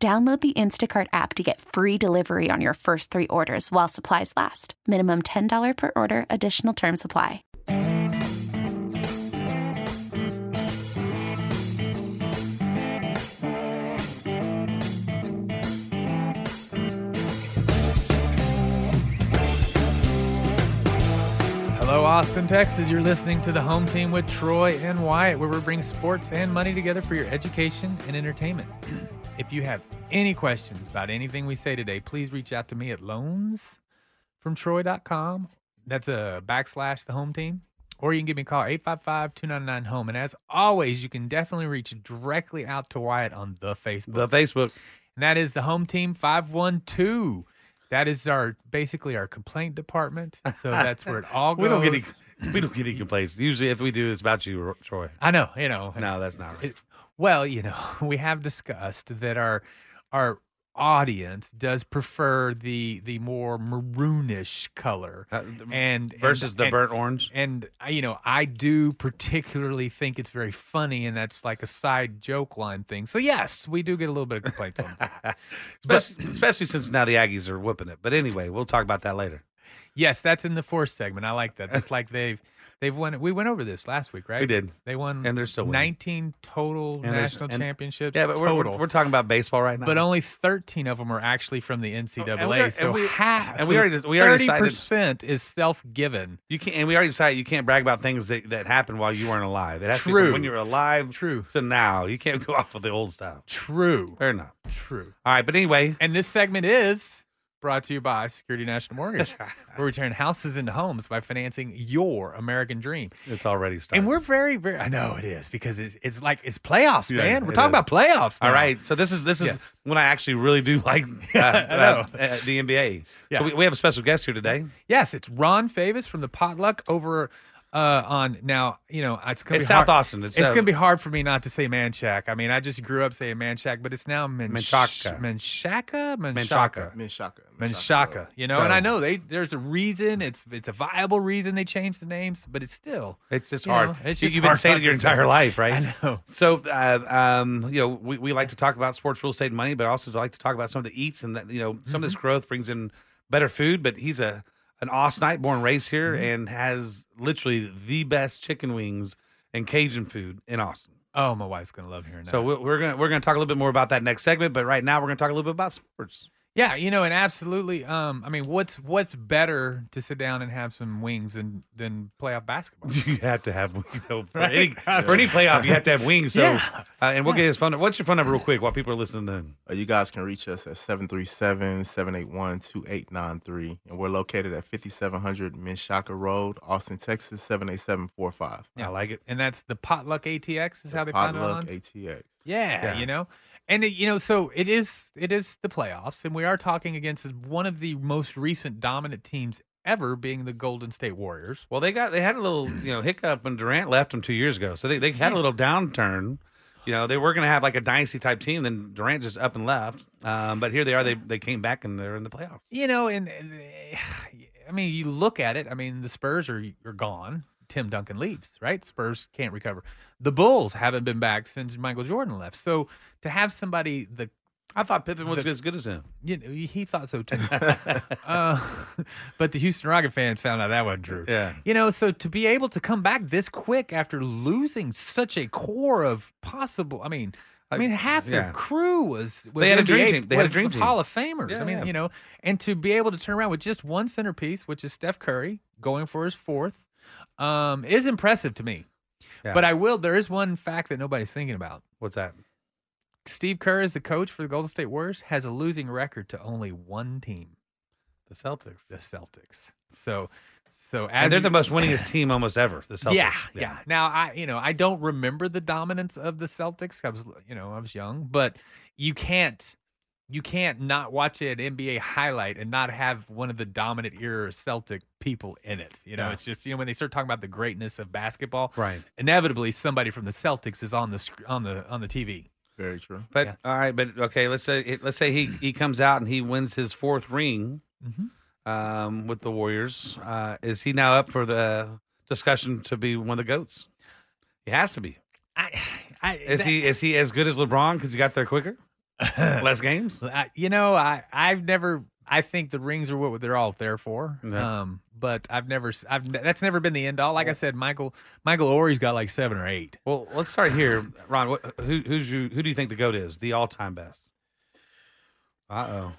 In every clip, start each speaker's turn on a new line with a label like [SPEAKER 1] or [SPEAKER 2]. [SPEAKER 1] Download the Instacart app to get free delivery on your first three orders while supplies last. Minimum $10 per order, additional term supply.
[SPEAKER 2] Hello, Austin, Texas. You're listening to the home team with Troy and Wyatt, where we bring sports and money together for your education and entertainment. if you have any questions about anything we say today, please reach out to me at loansfromtroy.com. That's a backslash the home team. Or you can give me a call, 855 299 home. E. And as always, you can definitely reach directly out to Wyatt on the Facebook.
[SPEAKER 3] The Facebook.
[SPEAKER 2] And that is the home team 512. That is our basically our complaint department. So that's where it all goes.
[SPEAKER 3] We don't get any, we don't get any complaints. Usually, if we do, it's about you, Ro- Troy.
[SPEAKER 2] I know, you know.
[SPEAKER 3] No, that's not right.
[SPEAKER 2] it- well, you know, we have discussed that our our audience does prefer the the more maroonish color
[SPEAKER 3] Uh, th-
[SPEAKER 2] and
[SPEAKER 3] Versus
[SPEAKER 2] and,
[SPEAKER 3] the
[SPEAKER 2] and-
[SPEAKER 3] burnt orange.
[SPEAKER 2] And I- you know, I do particularly think it's very funny, and that's like a side joke line thing. So yes, we do get a little bit of complaints on that.
[SPEAKER 3] especially, especially since now the Aggies are whipping it. But anyway, we'll talk about that later.
[SPEAKER 2] Yes, that's in the fourth segment. I like that. That's like they've they've won. We went over this last week, right?
[SPEAKER 3] We did.
[SPEAKER 2] They won.
[SPEAKER 3] And they're still winning.
[SPEAKER 2] 19 total
[SPEAKER 3] And there's-
[SPEAKER 2] national
[SPEAKER 3] and-
[SPEAKER 2] championships.
[SPEAKER 3] Yeah, but we're,
[SPEAKER 2] total.
[SPEAKER 3] we're, we're talking about baseball right now.
[SPEAKER 2] but only 13 of them are actually from the NCAA.
[SPEAKER 3] Oh, And we are-
[SPEAKER 2] so
[SPEAKER 3] and we-
[SPEAKER 2] half.
[SPEAKER 3] and we already- we already decided-
[SPEAKER 2] 30% is self-given.
[SPEAKER 3] you can't. And we already decided you can't brag about things that, that happened while you weren't alive. It has to be
[SPEAKER 2] True.
[SPEAKER 3] from when you were alive
[SPEAKER 2] True.
[SPEAKER 3] to now. You can't go off of the old stuff.
[SPEAKER 2] True.
[SPEAKER 3] Fair enough.
[SPEAKER 2] True.
[SPEAKER 3] All right, but anyway,
[SPEAKER 2] And this segment is brought to you by Security National Mortgage, where we turn houses into homes by financing your American dream.
[SPEAKER 3] it's already started.
[SPEAKER 2] And we're very, very. I know it is because it's it's like it's playoffs,
[SPEAKER 3] Yeah,
[SPEAKER 2] man. We're
[SPEAKER 3] it
[SPEAKER 2] talking
[SPEAKER 3] is.
[SPEAKER 2] about playoffs.
[SPEAKER 3] All
[SPEAKER 2] now.
[SPEAKER 3] right, so this is this is
[SPEAKER 2] Yes.
[SPEAKER 3] when I actually really do like uh, uh, uh, the NBA.
[SPEAKER 2] Yeah.
[SPEAKER 3] So we, we have a special guest here today.
[SPEAKER 2] Yes, it's Ron Favis from the Potluck over uh, on now. You know, it's gonna
[SPEAKER 3] It's
[SPEAKER 2] be
[SPEAKER 3] South
[SPEAKER 2] hard.
[SPEAKER 3] Austin. It's,
[SPEAKER 2] It's,
[SPEAKER 3] uh,
[SPEAKER 2] gonna be hard for me not to say Manchac. I mean, I just grew up saying Manchac, but it's now Manchaca, Manchaca,
[SPEAKER 3] Menchaca. Menchaca.
[SPEAKER 2] Manchaca,
[SPEAKER 4] Menchaca.
[SPEAKER 2] Manchaca. You know, and
[SPEAKER 3] So-
[SPEAKER 2] I know they there's a reason. It's it's a viable reason they changed the names, but it's still.
[SPEAKER 3] It's just
[SPEAKER 2] You
[SPEAKER 3] hard.
[SPEAKER 2] know, it's
[SPEAKER 3] You-
[SPEAKER 2] just
[SPEAKER 3] You've been
[SPEAKER 2] hard
[SPEAKER 3] saying
[SPEAKER 2] not
[SPEAKER 3] it your
[SPEAKER 2] to say.
[SPEAKER 3] entire life, right?
[SPEAKER 2] I know.
[SPEAKER 3] So, uh, um, you know, we, we like to talk about sports, real estate, and money, but I also like to talk about some of the eats and that you know some of
[SPEAKER 2] Mm-hmm.
[SPEAKER 3] this growth brings in better food. But he's a an Austinite, born and raised here,
[SPEAKER 2] Mm-hmm.
[SPEAKER 3] and has literally the best chicken wings and Cajun food in Austin.
[SPEAKER 2] Oh, my wife's gonna love hearing that.
[SPEAKER 3] So we're, we're gonna we're gonna talk a little bit more about that next segment. But right now, we're gonna talk a little bit about sports.
[SPEAKER 2] Yeah, you know, and absolutely. Um, I mean, what's what's better to sit down and have some wings than than playoff basketball?
[SPEAKER 3] You have to have wings though. for,
[SPEAKER 2] Right?
[SPEAKER 3] any, for any playoff. You have to have wings. So,
[SPEAKER 2] Yeah.
[SPEAKER 3] uh, and we'll get his phone. What's your phone number, real quick, while people are listening? In?
[SPEAKER 4] Uh, you guys can reach us at 737-781-2893. And we're located at 5700 Menchaca Road, Austin, Texas, 78745.
[SPEAKER 2] Yeah.
[SPEAKER 3] I like it.
[SPEAKER 2] and that's the Potluck ATX is how they found it
[SPEAKER 4] Potluck
[SPEAKER 2] on.
[SPEAKER 4] ATX.
[SPEAKER 2] Yeah,
[SPEAKER 3] Yeah.
[SPEAKER 2] you know, and it, you know, so it is. It is the playoffs, and we are talking against one of the most recent dominant teams ever, being the Golden State Warriors.
[SPEAKER 3] Well, they got they had a little you know hiccup when Durant left them two years ago, so they, they had a little downturn. You know, they were going to have like a dynasty type team, then Durant just up and left. Um, but here they are. They they came back and they're in the playoffs.
[SPEAKER 2] You know, and, and eh, I mean, you look at it. I mean, the Spurs are are gone. Tim Duncan leaves, right? Spurs can't recover. The Bulls haven't been back since Michael Jordan left. So to have somebody the
[SPEAKER 3] I thought Pippen was
[SPEAKER 2] The-
[SPEAKER 3] as good as him.
[SPEAKER 2] you know, he thought so too. uh, but the Houston Rocket fans found out that wasn't true.
[SPEAKER 3] Yeah.
[SPEAKER 2] You know, so to be able to come back this quick after losing such a core of possible, I mean, I mean, half
[SPEAKER 3] yeah.
[SPEAKER 2] their crew was, was
[SPEAKER 3] They had a
[SPEAKER 2] NBA
[SPEAKER 3] dream team. They had a
[SPEAKER 2] was-
[SPEAKER 3] dream
[SPEAKER 2] was
[SPEAKER 3] team.
[SPEAKER 2] Hall of Famers.
[SPEAKER 3] Yeah,
[SPEAKER 2] I mean,
[SPEAKER 3] yeah.
[SPEAKER 2] you know, and to be able to turn around with just one centerpiece, which is Steph Curry going for his fourth, um, is impressive to me.
[SPEAKER 3] Yeah.
[SPEAKER 2] But I will. There is one fact that nobody's thinking about.
[SPEAKER 3] What's that?
[SPEAKER 2] Steve Kerr is the coach for the Golden State Warriors, has a losing record to only one team,
[SPEAKER 3] The Celtics.
[SPEAKER 2] the Celtics. So, so as
[SPEAKER 3] And they're
[SPEAKER 2] you-
[SPEAKER 3] the most winningest team almost ever. The Celtics.
[SPEAKER 2] Yeah, yeah, Now I, you know, I don't remember the dominance of the Celtics. I was, you know, I was young, but you can't. you can't not watch an NBA highlight and not have one of the dominant era Celtic people in it. You know,
[SPEAKER 3] Yeah.
[SPEAKER 2] it's just you know when they start talking about the greatness of basketball,
[SPEAKER 3] Right.
[SPEAKER 2] inevitably somebody from the Celtics is on the sc- on the on the TV.
[SPEAKER 4] Very true.
[SPEAKER 3] But
[SPEAKER 2] Yeah.
[SPEAKER 3] all right, but okay, let's say let's say he he comes out and he wins his fourth ring
[SPEAKER 2] Mhm.
[SPEAKER 3] um, with the Warriors. Uh, is he now up for the discussion to be one of the goats? He has to be.
[SPEAKER 2] I, I,
[SPEAKER 3] Is
[SPEAKER 2] that-
[SPEAKER 3] he is he as good as LeBron because he got there quicker, less games?
[SPEAKER 2] I, you know, I I've never. I think the rings are what they're all there for.
[SPEAKER 3] Yeah.
[SPEAKER 2] Um, but I've never. s- I've ne- that's never been the end all. Like I said, Michael Michael Ory's got like seven or eight.
[SPEAKER 3] Well, let's start here, Ron. What, who who's you? Who do you think the goat is? The all time best. Uh oh.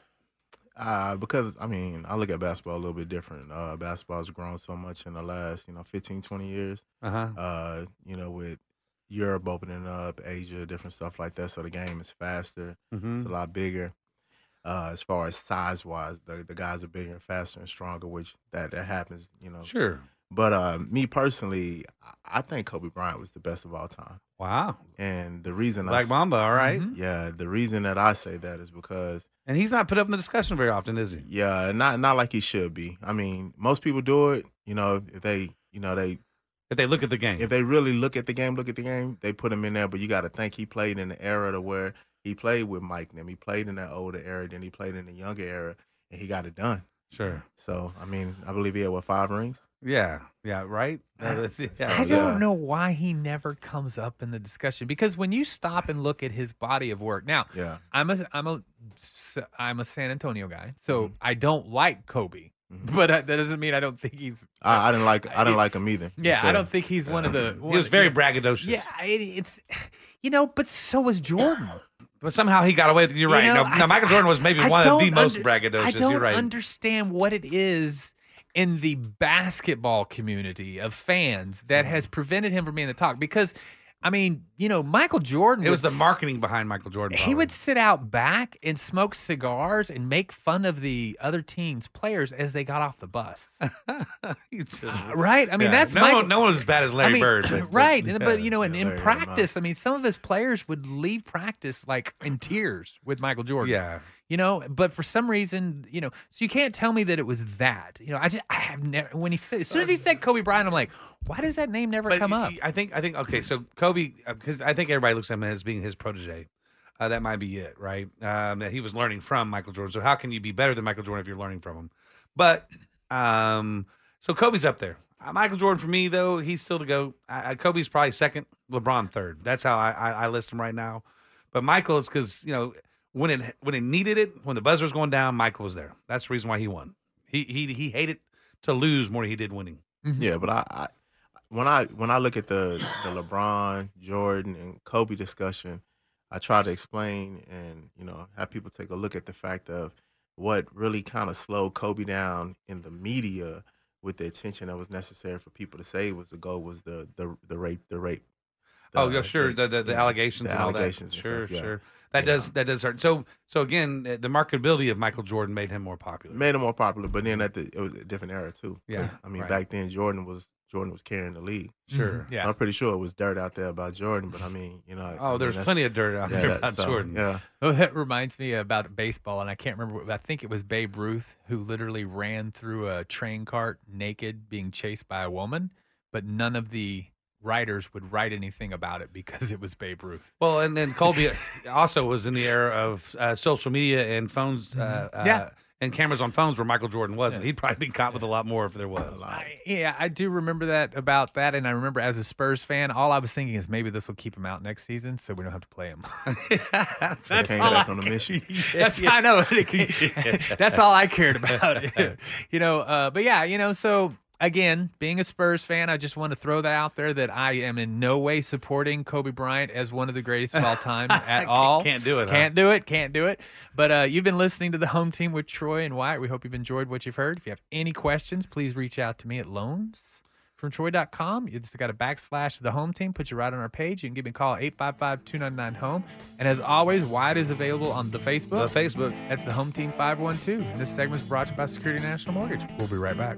[SPEAKER 4] Uh, because I mean, I look at basketball a little bit different. Uh, basketball's grown so much in the last, you know, 15, 20 years.
[SPEAKER 3] Uh huh.
[SPEAKER 4] Uh, you know, with Europe opening up, Asia, different stuff like that. So the game is faster.
[SPEAKER 3] hmm
[SPEAKER 4] It's a lot bigger. Uh, as far as size wise, the, the guys are bigger and faster and stronger, which that, that happens, you know.
[SPEAKER 3] Sure.
[SPEAKER 4] But uh, me personally, I- I think Kobe Bryant was the best of all time.
[SPEAKER 3] Wow.
[SPEAKER 4] And the reason I
[SPEAKER 3] Black
[SPEAKER 4] s-
[SPEAKER 3] Mamba. All right.
[SPEAKER 2] Mhm.
[SPEAKER 4] yeah, the reason that I say that is because
[SPEAKER 3] And he's not put up in the discussion very often, is he?
[SPEAKER 4] yeah, not not like he should be. I mean, most people do it, you know, if they you know they
[SPEAKER 3] If they look at the game.
[SPEAKER 4] if they really look at the game, look at the game, they put him in there. But you got to think he played in the era to where he played with Mike. Then he played in that older era. Then he played in the younger era, and he got it done.
[SPEAKER 3] sure.
[SPEAKER 4] So I mean, I believe he had what five rings.
[SPEAKER 3] Yeah. Yeah. Right. Uh, that's- yeah.
[SPEAKER 2] I
[SPEAKER 4] Oh,
[SPEAKER 2] don't
[SPEAKER 4] yeah.
[SPEAKER 2] know why he never comes up in the discussion because when you stop and look at his body of work, now
[SPEAKER 4] Yeah,
[SPEAKER 2] I'm a I'm a s- I'm a San Antonio guy, so
[SPEAKER 3] Mm-hmm.
[SPEAKER 4] Mhm.
[SPEAKER 2] I don't like Kobe,
[SPEAKER 4] Mhm.
[SPEAKER 2] but I, that doesn't mean I don't think he's.
[SPEAKER 4] I, I didn't like I didn't like him either.
[SPEAKER 2] yeah, I
[SPEAKER 4] So,
[SPEAKER 2] don't think he's one of the.
[SPEAKER 4] He
[SPEAKER 2] One,
[SPEAKER 3] He was very
[SPEAKER 2] you know-
[SPEAKER 3] braggadocious.
[SPEAKER 2] Yeah, it, it's, you know, but so was Jordan.
[SPEAKER 3] But somehow he got away with it. You're
[SPEAKER 2] You
[SPEAKER 3] right.
[SPEAKER 2] know,
[SPEAKER 3] no,
[SPEAKER 2] I-
[SPEAKER 3] no, Michael Jordan was maybe
[SPEAKER 2] I
[SPEAKER 3] one of the
[SPEAKER 2] don't
[SPEAKER 3] most
[SPEAKER 2] under-
[SPEAKER 3] braggadocious.
[SPEAKER 2] I don't
[SPEAKER 3] You're right.
[SPEAKER 2] understand what it is in the basketball community of fans that has
[SPEAKER 3] Mm.
[SPEAKER 2] prevented him from being the talk because, I mean, you know, Michael Jordan
[SPEAKER 3] it was the
[SPEAKER 2] s-
[SPEAKER 3] marketing behind Michael Jordan.
[SPEAKER 2] He
[SPEAKER 3] probably.
[SPEAKER 2] would sit out back and smoke cigars and make fun of the other team's players as they got off the bus.
[SPEAKER 3] He just-
[SPEAKER 2] right? I mean,
[SPEAKER 3] Yeah.
[SPEAKER 2] that's
[SPEAKER 3] no
[SPEAKER 2] Michael.
[SPEAKER 3] one. No one was as bad as Larry
[SPEAKER 2] I mean,
[SPEAKER 3] Bird. but- but-
[SPEAKER 2] right? and- but
[SPEAKER 3] yeah.
[SPEAKER 2] you know, in,
[SPEAKER 4] Yeah,
[SPEAKER 2] in
[SPEAKER 4] Larry had him out.
[SPEAKER 2] practice, I mean, some of his players would leave practice like in tears with Michael Jordan.
[SPEAKER 3] Yeah.
[SPEAKER 2] you know but for some reason you know so you can't tell me that it was that you know i just i have never when he said as soon as he said kobe bryant i'm like why does that name never come
[SPEAKER 3] y-
[SPEAKER 2] up
[SPEAKER 3] y- I think I think okay. So Kobe, because I think everybody looks at him as being his protege. Uh, that might be it, right? Um, that he was learning from Michael Jordan. So how can you be better than Michael Jordan if you're learning from him? But um, so Kobe's up there. Uh, Michael Jordan for me though, he's still to go. I, I- Kobe's probably second. LeBron third. That's how I, I, I list him right now. But Michael is because you know when it when it needed it, when the buzzer was going down, Michael was there. That's the reason why he won. He he he hated to lose more than he did winning.
[SPEAKER 4] Yeah, but I, I when I when I look at the the LeBron, Jordan, and Kobe discussion, I try to explain and you know have people take a look at the fact of what really kind of slowed Kobe down in the media with the attention that was necessary for people to say was the goal was the the the rape the rape.
[SPEAKER 3] oh, yeah, sure. The the, the
[SPEAKER 4] yeah,
[SPEAKER 3] allegations
[SPEAKER 4] the
[SPEAKER 3] and all
[SPEAKER 4] allegations
[SPEAKER 3] that.
[SPEAKER 4] and
[SPEAKER 3] Sure,
[SPEAKER 4] stuff, yeah.
[SPEAKER 3] sure. That
[SPEAKER 4] You
[SPEAKER 3] does
[SPEAKER 4] know.
[SPEAKER 3] that does hurt. So so again, uh, the marketability of Michael Jordan made him more popular.
[SPEAKER 4] made him more popular, but then at the it was a different era too. 'cause,
[SPEAKER 3] Yeah,
[SPEAKER 4] I mean
[SPEAKER 3] right.
[SPEAKER 4] back then Jordan was Jordan was carrying the league.
[SPEAKER 3] sure.
[SPEAKER 2] Mm-hmm.
[SPEAKER 3] Um,
[SPEAKER 2] yeah
[SPEAKER 4] I'm pretty sure it was dirt out there about Jordan, but I mean you know I
[SPEAKER 3] Oh,
[SPEAKER 4] mean,
[SPEAKER 3] there's
[SPEAKER 4] that's-
[SPEAKER 3] plenty of dirt out
[SPEAKER 4] yeah,
[SPEAKER 3] there
[SPEAKER 4] that-
[SPEAKER 3] about
[SPEAKER 4] so,
[SPEAKER 3] Jordan.
[SPEAKER 4] Yeah.
[SPEAKER 2] oh that reminds me about baseball and i can't remember what, i think it was babe ruth who literally ran through a train cart naked being chased by a woman but none of the writers would write anything about it because it was babe ruth
[SPEAKER 3] Well, and then Colby also was in the era of uh, social media and phones. Uh,
[SPEAKER 4] Mm-hmm.
[SPEAKER 3] uh,
[SPEAKER 2] Yeah.
[SPEAKER 3] And cameras on phones where Michael Jordan wasn't. He'd probably been caught with a lot more if there was.
[SPEAKER 4] lot.
[SPEAKER 2] I, yeah, I do remember that about that, and I remember as a Spurs fan, all I was thinking is maybe this will keep him out next season, so we don't have to play him.
[SPEAKER 4] They came
[SPEAKER 2] all
[SPEAKER 4] back
[SPEAKER 2] I
[SPEAKER 4] on the mission.
[SPEAKER 2] That's I know. That's all I cared about. you know, uh, but yeah, you know, so again, being a Spurs fan, I just want to throw that out there that I am in no way supporting Kobe Bryant as one of the greatest of all time at
[SPEAKER 3] Can't-
[SPEAKER 2] all.
[SPEAKER 3] can't do it, huh?
[SPEAKER 2] Can't do it. Can't do it. But uh, you've been listening to the home team with Troy and Wyatt. We hope you've enjoyed what you've heard. If you have any questions, please reach out to me at loans from troy.com. You just got a backslash the home team. Put you right on our page. You can give me a call 855 299 home. And as always, Wyatt is available on the
[SPEAKER 3] The
[SPEAKER 2] Facebook.
[SPEAKER 3] Facebook.
[SPEAKER 2] That's the home team 512. And this segment is brought to you by Security National Mortgage. We'll be right back.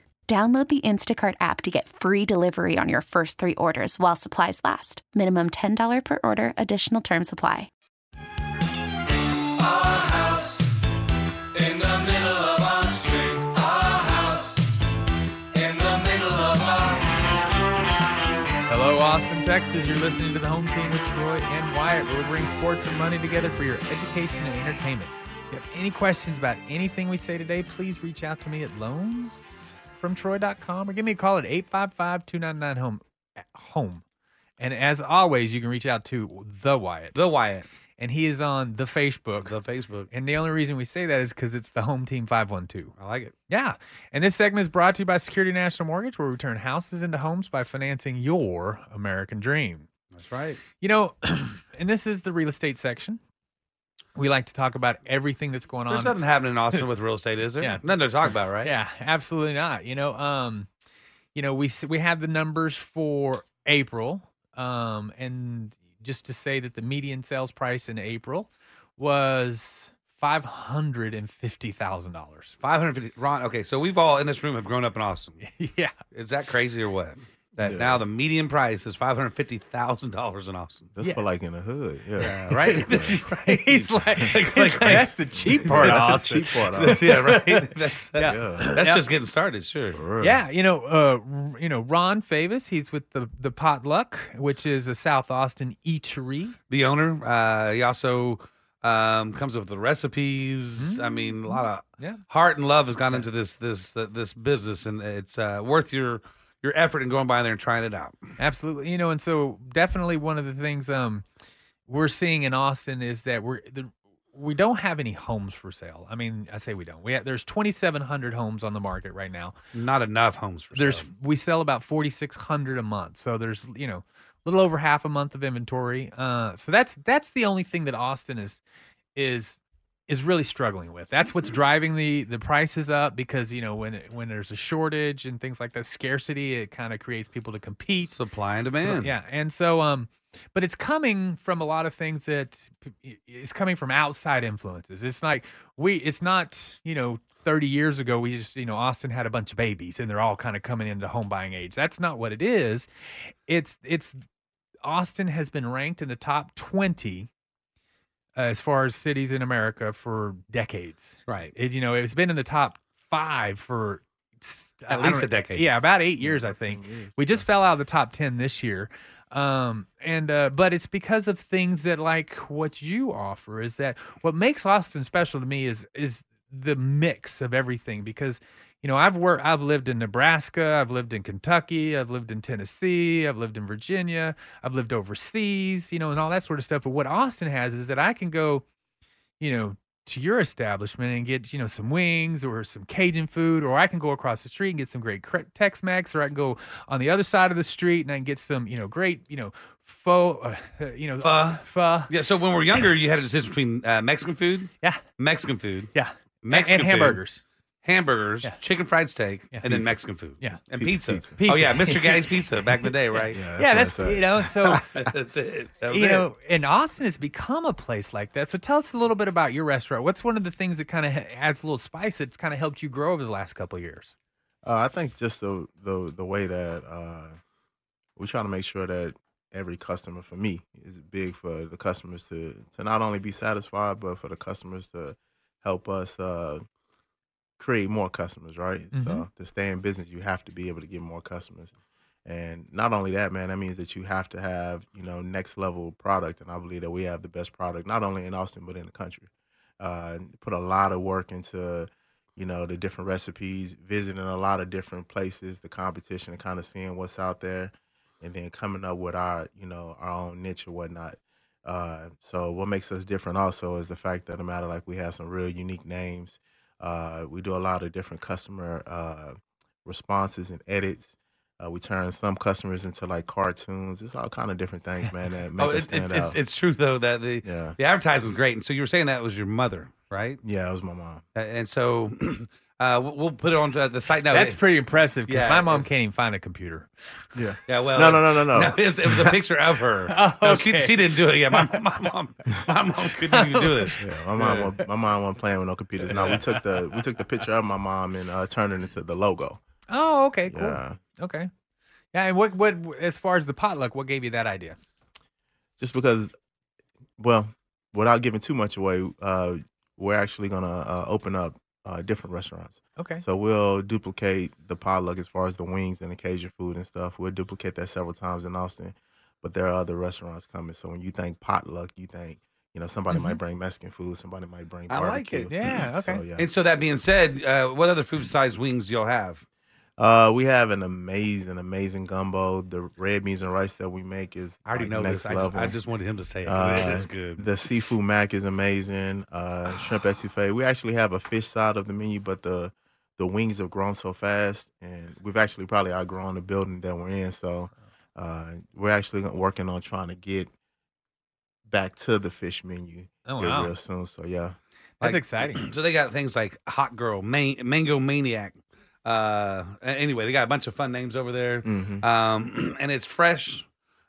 [SPEAKER 1] Download the Instacart app to get free delivery on your first three orders while supplies last. Minimum $10 per order, additional term supply.
[SPEAKER 5] In the middle of our street, our house. In the middle of our
[SPEAKER 2] Hello, Austin, Texas. You're listening to the home team with Troy and Wyatt, where we bring sports and money together for your education and entertainment. If you have any questions about anything we say today, please reach out to me at loansfromtroy.com or give me a call at 855 299 home. home. And as always, you can reach out to The Wyatt,
[SPEAKER 3] The Wyatt,
[SPEAKER 2] and he is on the Facebook.
[SPEAKER 3] the Facebook.
[SPEAKER 2] and the only reason we say that is because it's the home team 512.
[SPEAKER 3] I like it.
[SPEAKER 2] Yeah. And this segment is brought to you by Security National Mortgage, where we turn houses into homes by financing your American dream.
[SPEAKER 3] That's right.
[SPEAKER 2] You know, and this is the real estate section. We like to talk about everything that's going
[SPEAKER 3] There's
[SPEAKER 2] on.
[SPEAKER 3] nothing happening in Austin with real estate, is there?
[SPEAKER 2] Yeah.
[SPEAKER 3] Nothing to talk about, right?
[SPEAKER 2] Yeah, absolutely not. You know, um, you know, we s- we have the numbers for April, um, and just to say that the median sales price in April was five hundred and fifty thousand dollars.
[SPEAKER 3] 550. Ron, okay, so we've all in this room have grown up in Austin.
[SPEAKER 2] yeah,
[SPEAKER 3] Is that crazy or what? That
[SPEAKER 4] Yeah.
[SPEAKER 3] now the median price is $550,000 in Austin.
[SPEAKER 4] That's
[SPEAKER 2] Yeah.
[SPEAKER 4] for like in the hood. Yeah.
[SPEAKER 3] Yeah, right? right?
[SPEAKER 2] he's like, he's
[SPEAKER 3] like-
[SPEAKER 2] like, that's the cheap part.
[SPEAKER 4] that's
[SPEAKER 2] Austin."
[SPEAKER 4] the cheap part.
[SPEAKER 3] That's-
[SPEAKER 4] Austin.
[SPEAKER 3] yeah, right. That's that's,
[SPEAKER 4] Yeah.
[SPEAKER 3] that's
[SPEAKER 2] Yeah.
[SPEAKER 3] just getting started, sure.
[SPEAKER 4] For real.
[SPEAKER 2] Yeah, you know, uh, r- you know, Ron Favis, he's with the the Potluck, which is a South Austin eatery.
[SPEAKER 3] The owner, uh, he also um, comes up with the recipes. I mean, a lot of
[SPEAKER 2] Mm-hmm. Yeah.
[SPEAKER 3] heart and love has gone into this this th- this business, and it's uh, worth your your effort in going by there and trying it out.
[SPEAKER 2] Absolutely. You know, and so definitely one of the things um we're seeing in Austin is that we're the, we don't have any homes for sale. I mean, I say we don't. We have, there's 2700 homes on the market right now.
[SPEAKER 3] Not enough homes for
[SPEAKER 2] There's
[SPEAKER 3] sale.
[SPEAKER 2] we sell about 4600 a month. So there's, you know, a little over half a month of inventory. Uh so that's that's the only thing that Austin is is is really struggling with. That's what's driving the the prices up because, you know, when it, when there's a shortage and things like that, scarcity, it kind of creates people to compete.
[SPEAKER 3] supply and
[SPEAKER 2] So-
[SPEAKER 3] demand.
[SPEAKER 2] yeah, and so um, but it's coming from a lot of things that p- i- it's coming from outside influences. It's like we, it's not you know. 30 years ago we just you know austin had a bunch of babies and they're all kind of coming into home buying age that's not what it is it's it's austin has been ranked in the top 20 uh, as far as cities in america for decades
[SPEAKER 3] right.
[SPEAKER 2] it, you know it's been in the top five for s- I
[SPEAKER 3] At
[SPEAKER 2] don't
[SPEAKER 3] least
[SPEAKER 2] know-
[SPEAKER 3] a decade.
[SPEAKER 2] yeah about eight years i think we just fell out of the top 10 this year. Um, and uh, but it's because of things that like what you offer is that what makes Austin special to me is is the mix of everything because you know I've worked I've lived in Nebraska, I've lived in Kentucky, I've lived in Tennessee, I've lived in Virginia, I've lived overseas, you know, and all that sort of stuff. But what Austin has is that I can go, you know, to your establishment and get you know some wings or some Cajun food, or I can go across the street and get some great cre- Tex-Mex, or I can go on the other side of the street and I can get some you know great you know pho, uh, you know
[SPEAKER 3] Pho.
[SPEAKER 2] pho,
[SPEAKER 3] Yeah. So when we were younger, you had a decision between uh, Mexican food,
[SPEAKER 2] yeah,
[SPEAKER 3] Mexican food,
[SPEAKER 2] yeah, and
[SPEAKER 3] Mexican food,
[SPEAKER 2] hamburgers.
[SPEAKER 3] hamburgers,
[SPEAKER 2] Yeah.
[SPEAKER 3] chicken fried steak,
[SPEAKER 2] Yeah.
[SPEAKER 3] and then
[SPEAKER 4] Pizza.
[SPEAKER 3] Mexican food.
[SPEAKER 2] Yeah.
[SPEAKER 3] And
[SPEAKER 4] Pizza,
[SPEAKER 3] pizza.
[SPEAKER 2] pizza.
[SPEAKER 3] Oh yeah, Mr. Gaddy's Pizza back in the day, right?
[SPEAKER 4] Yeah.
[SPEAKER 2] yeah,
[SPEAKER 4] where
[SPEAKER 2] that's
[SPEAKER 4] it's at.
[SPEAKER 2] you know so.
[SPEAKER 3] That's it. That was
[SPEAKER 2] You
[SPEAKER 3] it.
[SPEAKER 2] know, and Austin has become a place like that. So tell us a little bit about your restaurant. What's one of the things that kind of adds a little spice that's kind of helped you grow over the last couple of years?
[SPEAKER 4] Uh, I think just the the the way that uh, we're trying to make sure that every customer for me is big for the customers to to not only be satisfied, but for the customers to help us uh, create more customers. Right. So
[SPEAKER 2] Mhm.
[SPEAKER 4] to stay in business, you have to be able to get more customers. And not only that, man, that means that you have to have you know next level product, and I believe that we have the best product not only in Austin but in the country. Uh, put a lot of work into you know the different recipes, visiting a lot of different places, the competition, and kind of seeing what's out there, and then coming up with our you know our own niche or whatnot. Uh, so what makes us different also is the fact that no matter like we have some real unique names. Uh, we do a lot of different customer uh, responses and edits. Uh, we turn some customers into like cartoons. It's all kind of different things, man. That make
[SPEAKER 3] Oh,
[SPEAKER 4] us
[SPEAKER 3] it's,
[SPEAKER 4] stand
[SPEAKER 3] it's,
[SPEAKER 4] out.
[SPEAKER 3] it's, it's true though that the
[SPEAKER 4] yeah,
[SPEAKER 3] the advertising's great. And so you were saying that was your mother, right?
[SPEAKER 4] yeah. It was my mom.
[SPEAKER 3] Uh, And so uh, we'll- we'll put it on uh, the site now.
[SPEAKER 2] That's
[SPEAKER 3] It-
[SPEAKER 2] pretty impressive because
[SPEAKER 3] Yeah,
[SPEAKER 2] my
[SPEAKER 3] it
[SPEAKER 2] mom
[SPEAKER 3] is.
[SPEAKER 2] can't even find a computer.
[SPEAKER 4] Yeah.
[SPEAKER 3] yeah. Well,
[SPEAKER 4] No, no, no, no,
[SPEAKER 3] Oh. No,
[SPEAKER 4] no.
[SPEAKER 3] it, was, it was a picture of her.
[SPEAKER 2] Oh,
[SPEAKER 3] No, she,
[SPEAKER 2] okay.
[SPEAKER 3] she didn't do it. Yeah, my, my mom, my mom couldn't even do it.
[SPEAKER 4] Yeah, my mom, wa- my mom wasn't playing with no computers. No, we took the we took the picture of my mom and uh, turned it into the logo.
[SPEAKER 2] Oh, okay, cool.
[SPEAKER 4] Yeah,
[SPEAKER 2] Okay. Yeah, and what what as far as the potluck, what gave you that idea?
[SPEAKER 4] just because, well, without giving too much away, uh, we're actually gonna uh, open up uh, different restaurants.
[SPEAKER 2] Okay.
[SPEAKER 4] So we'll duplicate the potluck as far as the wings and the Cajun food and stuff. We'll duplicate that several times in Austin, but there are other restaurants coming. So when you think potluck, you think you know somebody might bring Mexican food, somebody might bring
[SPEAKER 3] Mm-hmm. I like
[SPEAKER 4] barbecue.
[SPEAKER 3] it.
[SPEAKER 2] Yeah, okay.
[SPEAKER 4] So, yeah.
[SPEAKER 3] And so that being said, uh, what other food besides wings you'll have?
[SPEAKER 4] Uh, we have an amazing, amazing gumbo. The red beans and rice that we make is
[SPEAKER 3] I already
[SPEAKER 4] like,
[SPEAKER 3] know
[SPEAKER 4] next
[SPEAKER 3] this. I just,
[SPEAKER 4] level.
[SPEAKER 3] I just wanted him to say it.
[SPEAKER 4] Uh,
[SPEAKER 3] That's good.
[SPEAKER 4] the seafood mac is amazing. Uh,
[SPEAKER 2] Ah.
[SPEAKER 4] shrimp etouffee. We actually have a fish side of the menu, but the the wings have grown so fast, and we've actually probably outgrown the building that we're in. So uh, we're actually working on trying to get back to the fish menu
[SPEAKER 2] Oh
[SPEAKER 4] here
[SPEAKER 2] wow,
[SPEAKER 4] real soon. So yeah,
[SPEAKER 2] that's
[SPEAKER 3] Like-
[SPEAKER 2] exciting.
[SPEAKER 3] So they got things like Hot Girl, Man- Mango Maniac. Uh, a- anyway, they got a bunch of fun names over there.
[SPEAKER 4] hmm
[SPEAKER 3] Um, and it's fresh,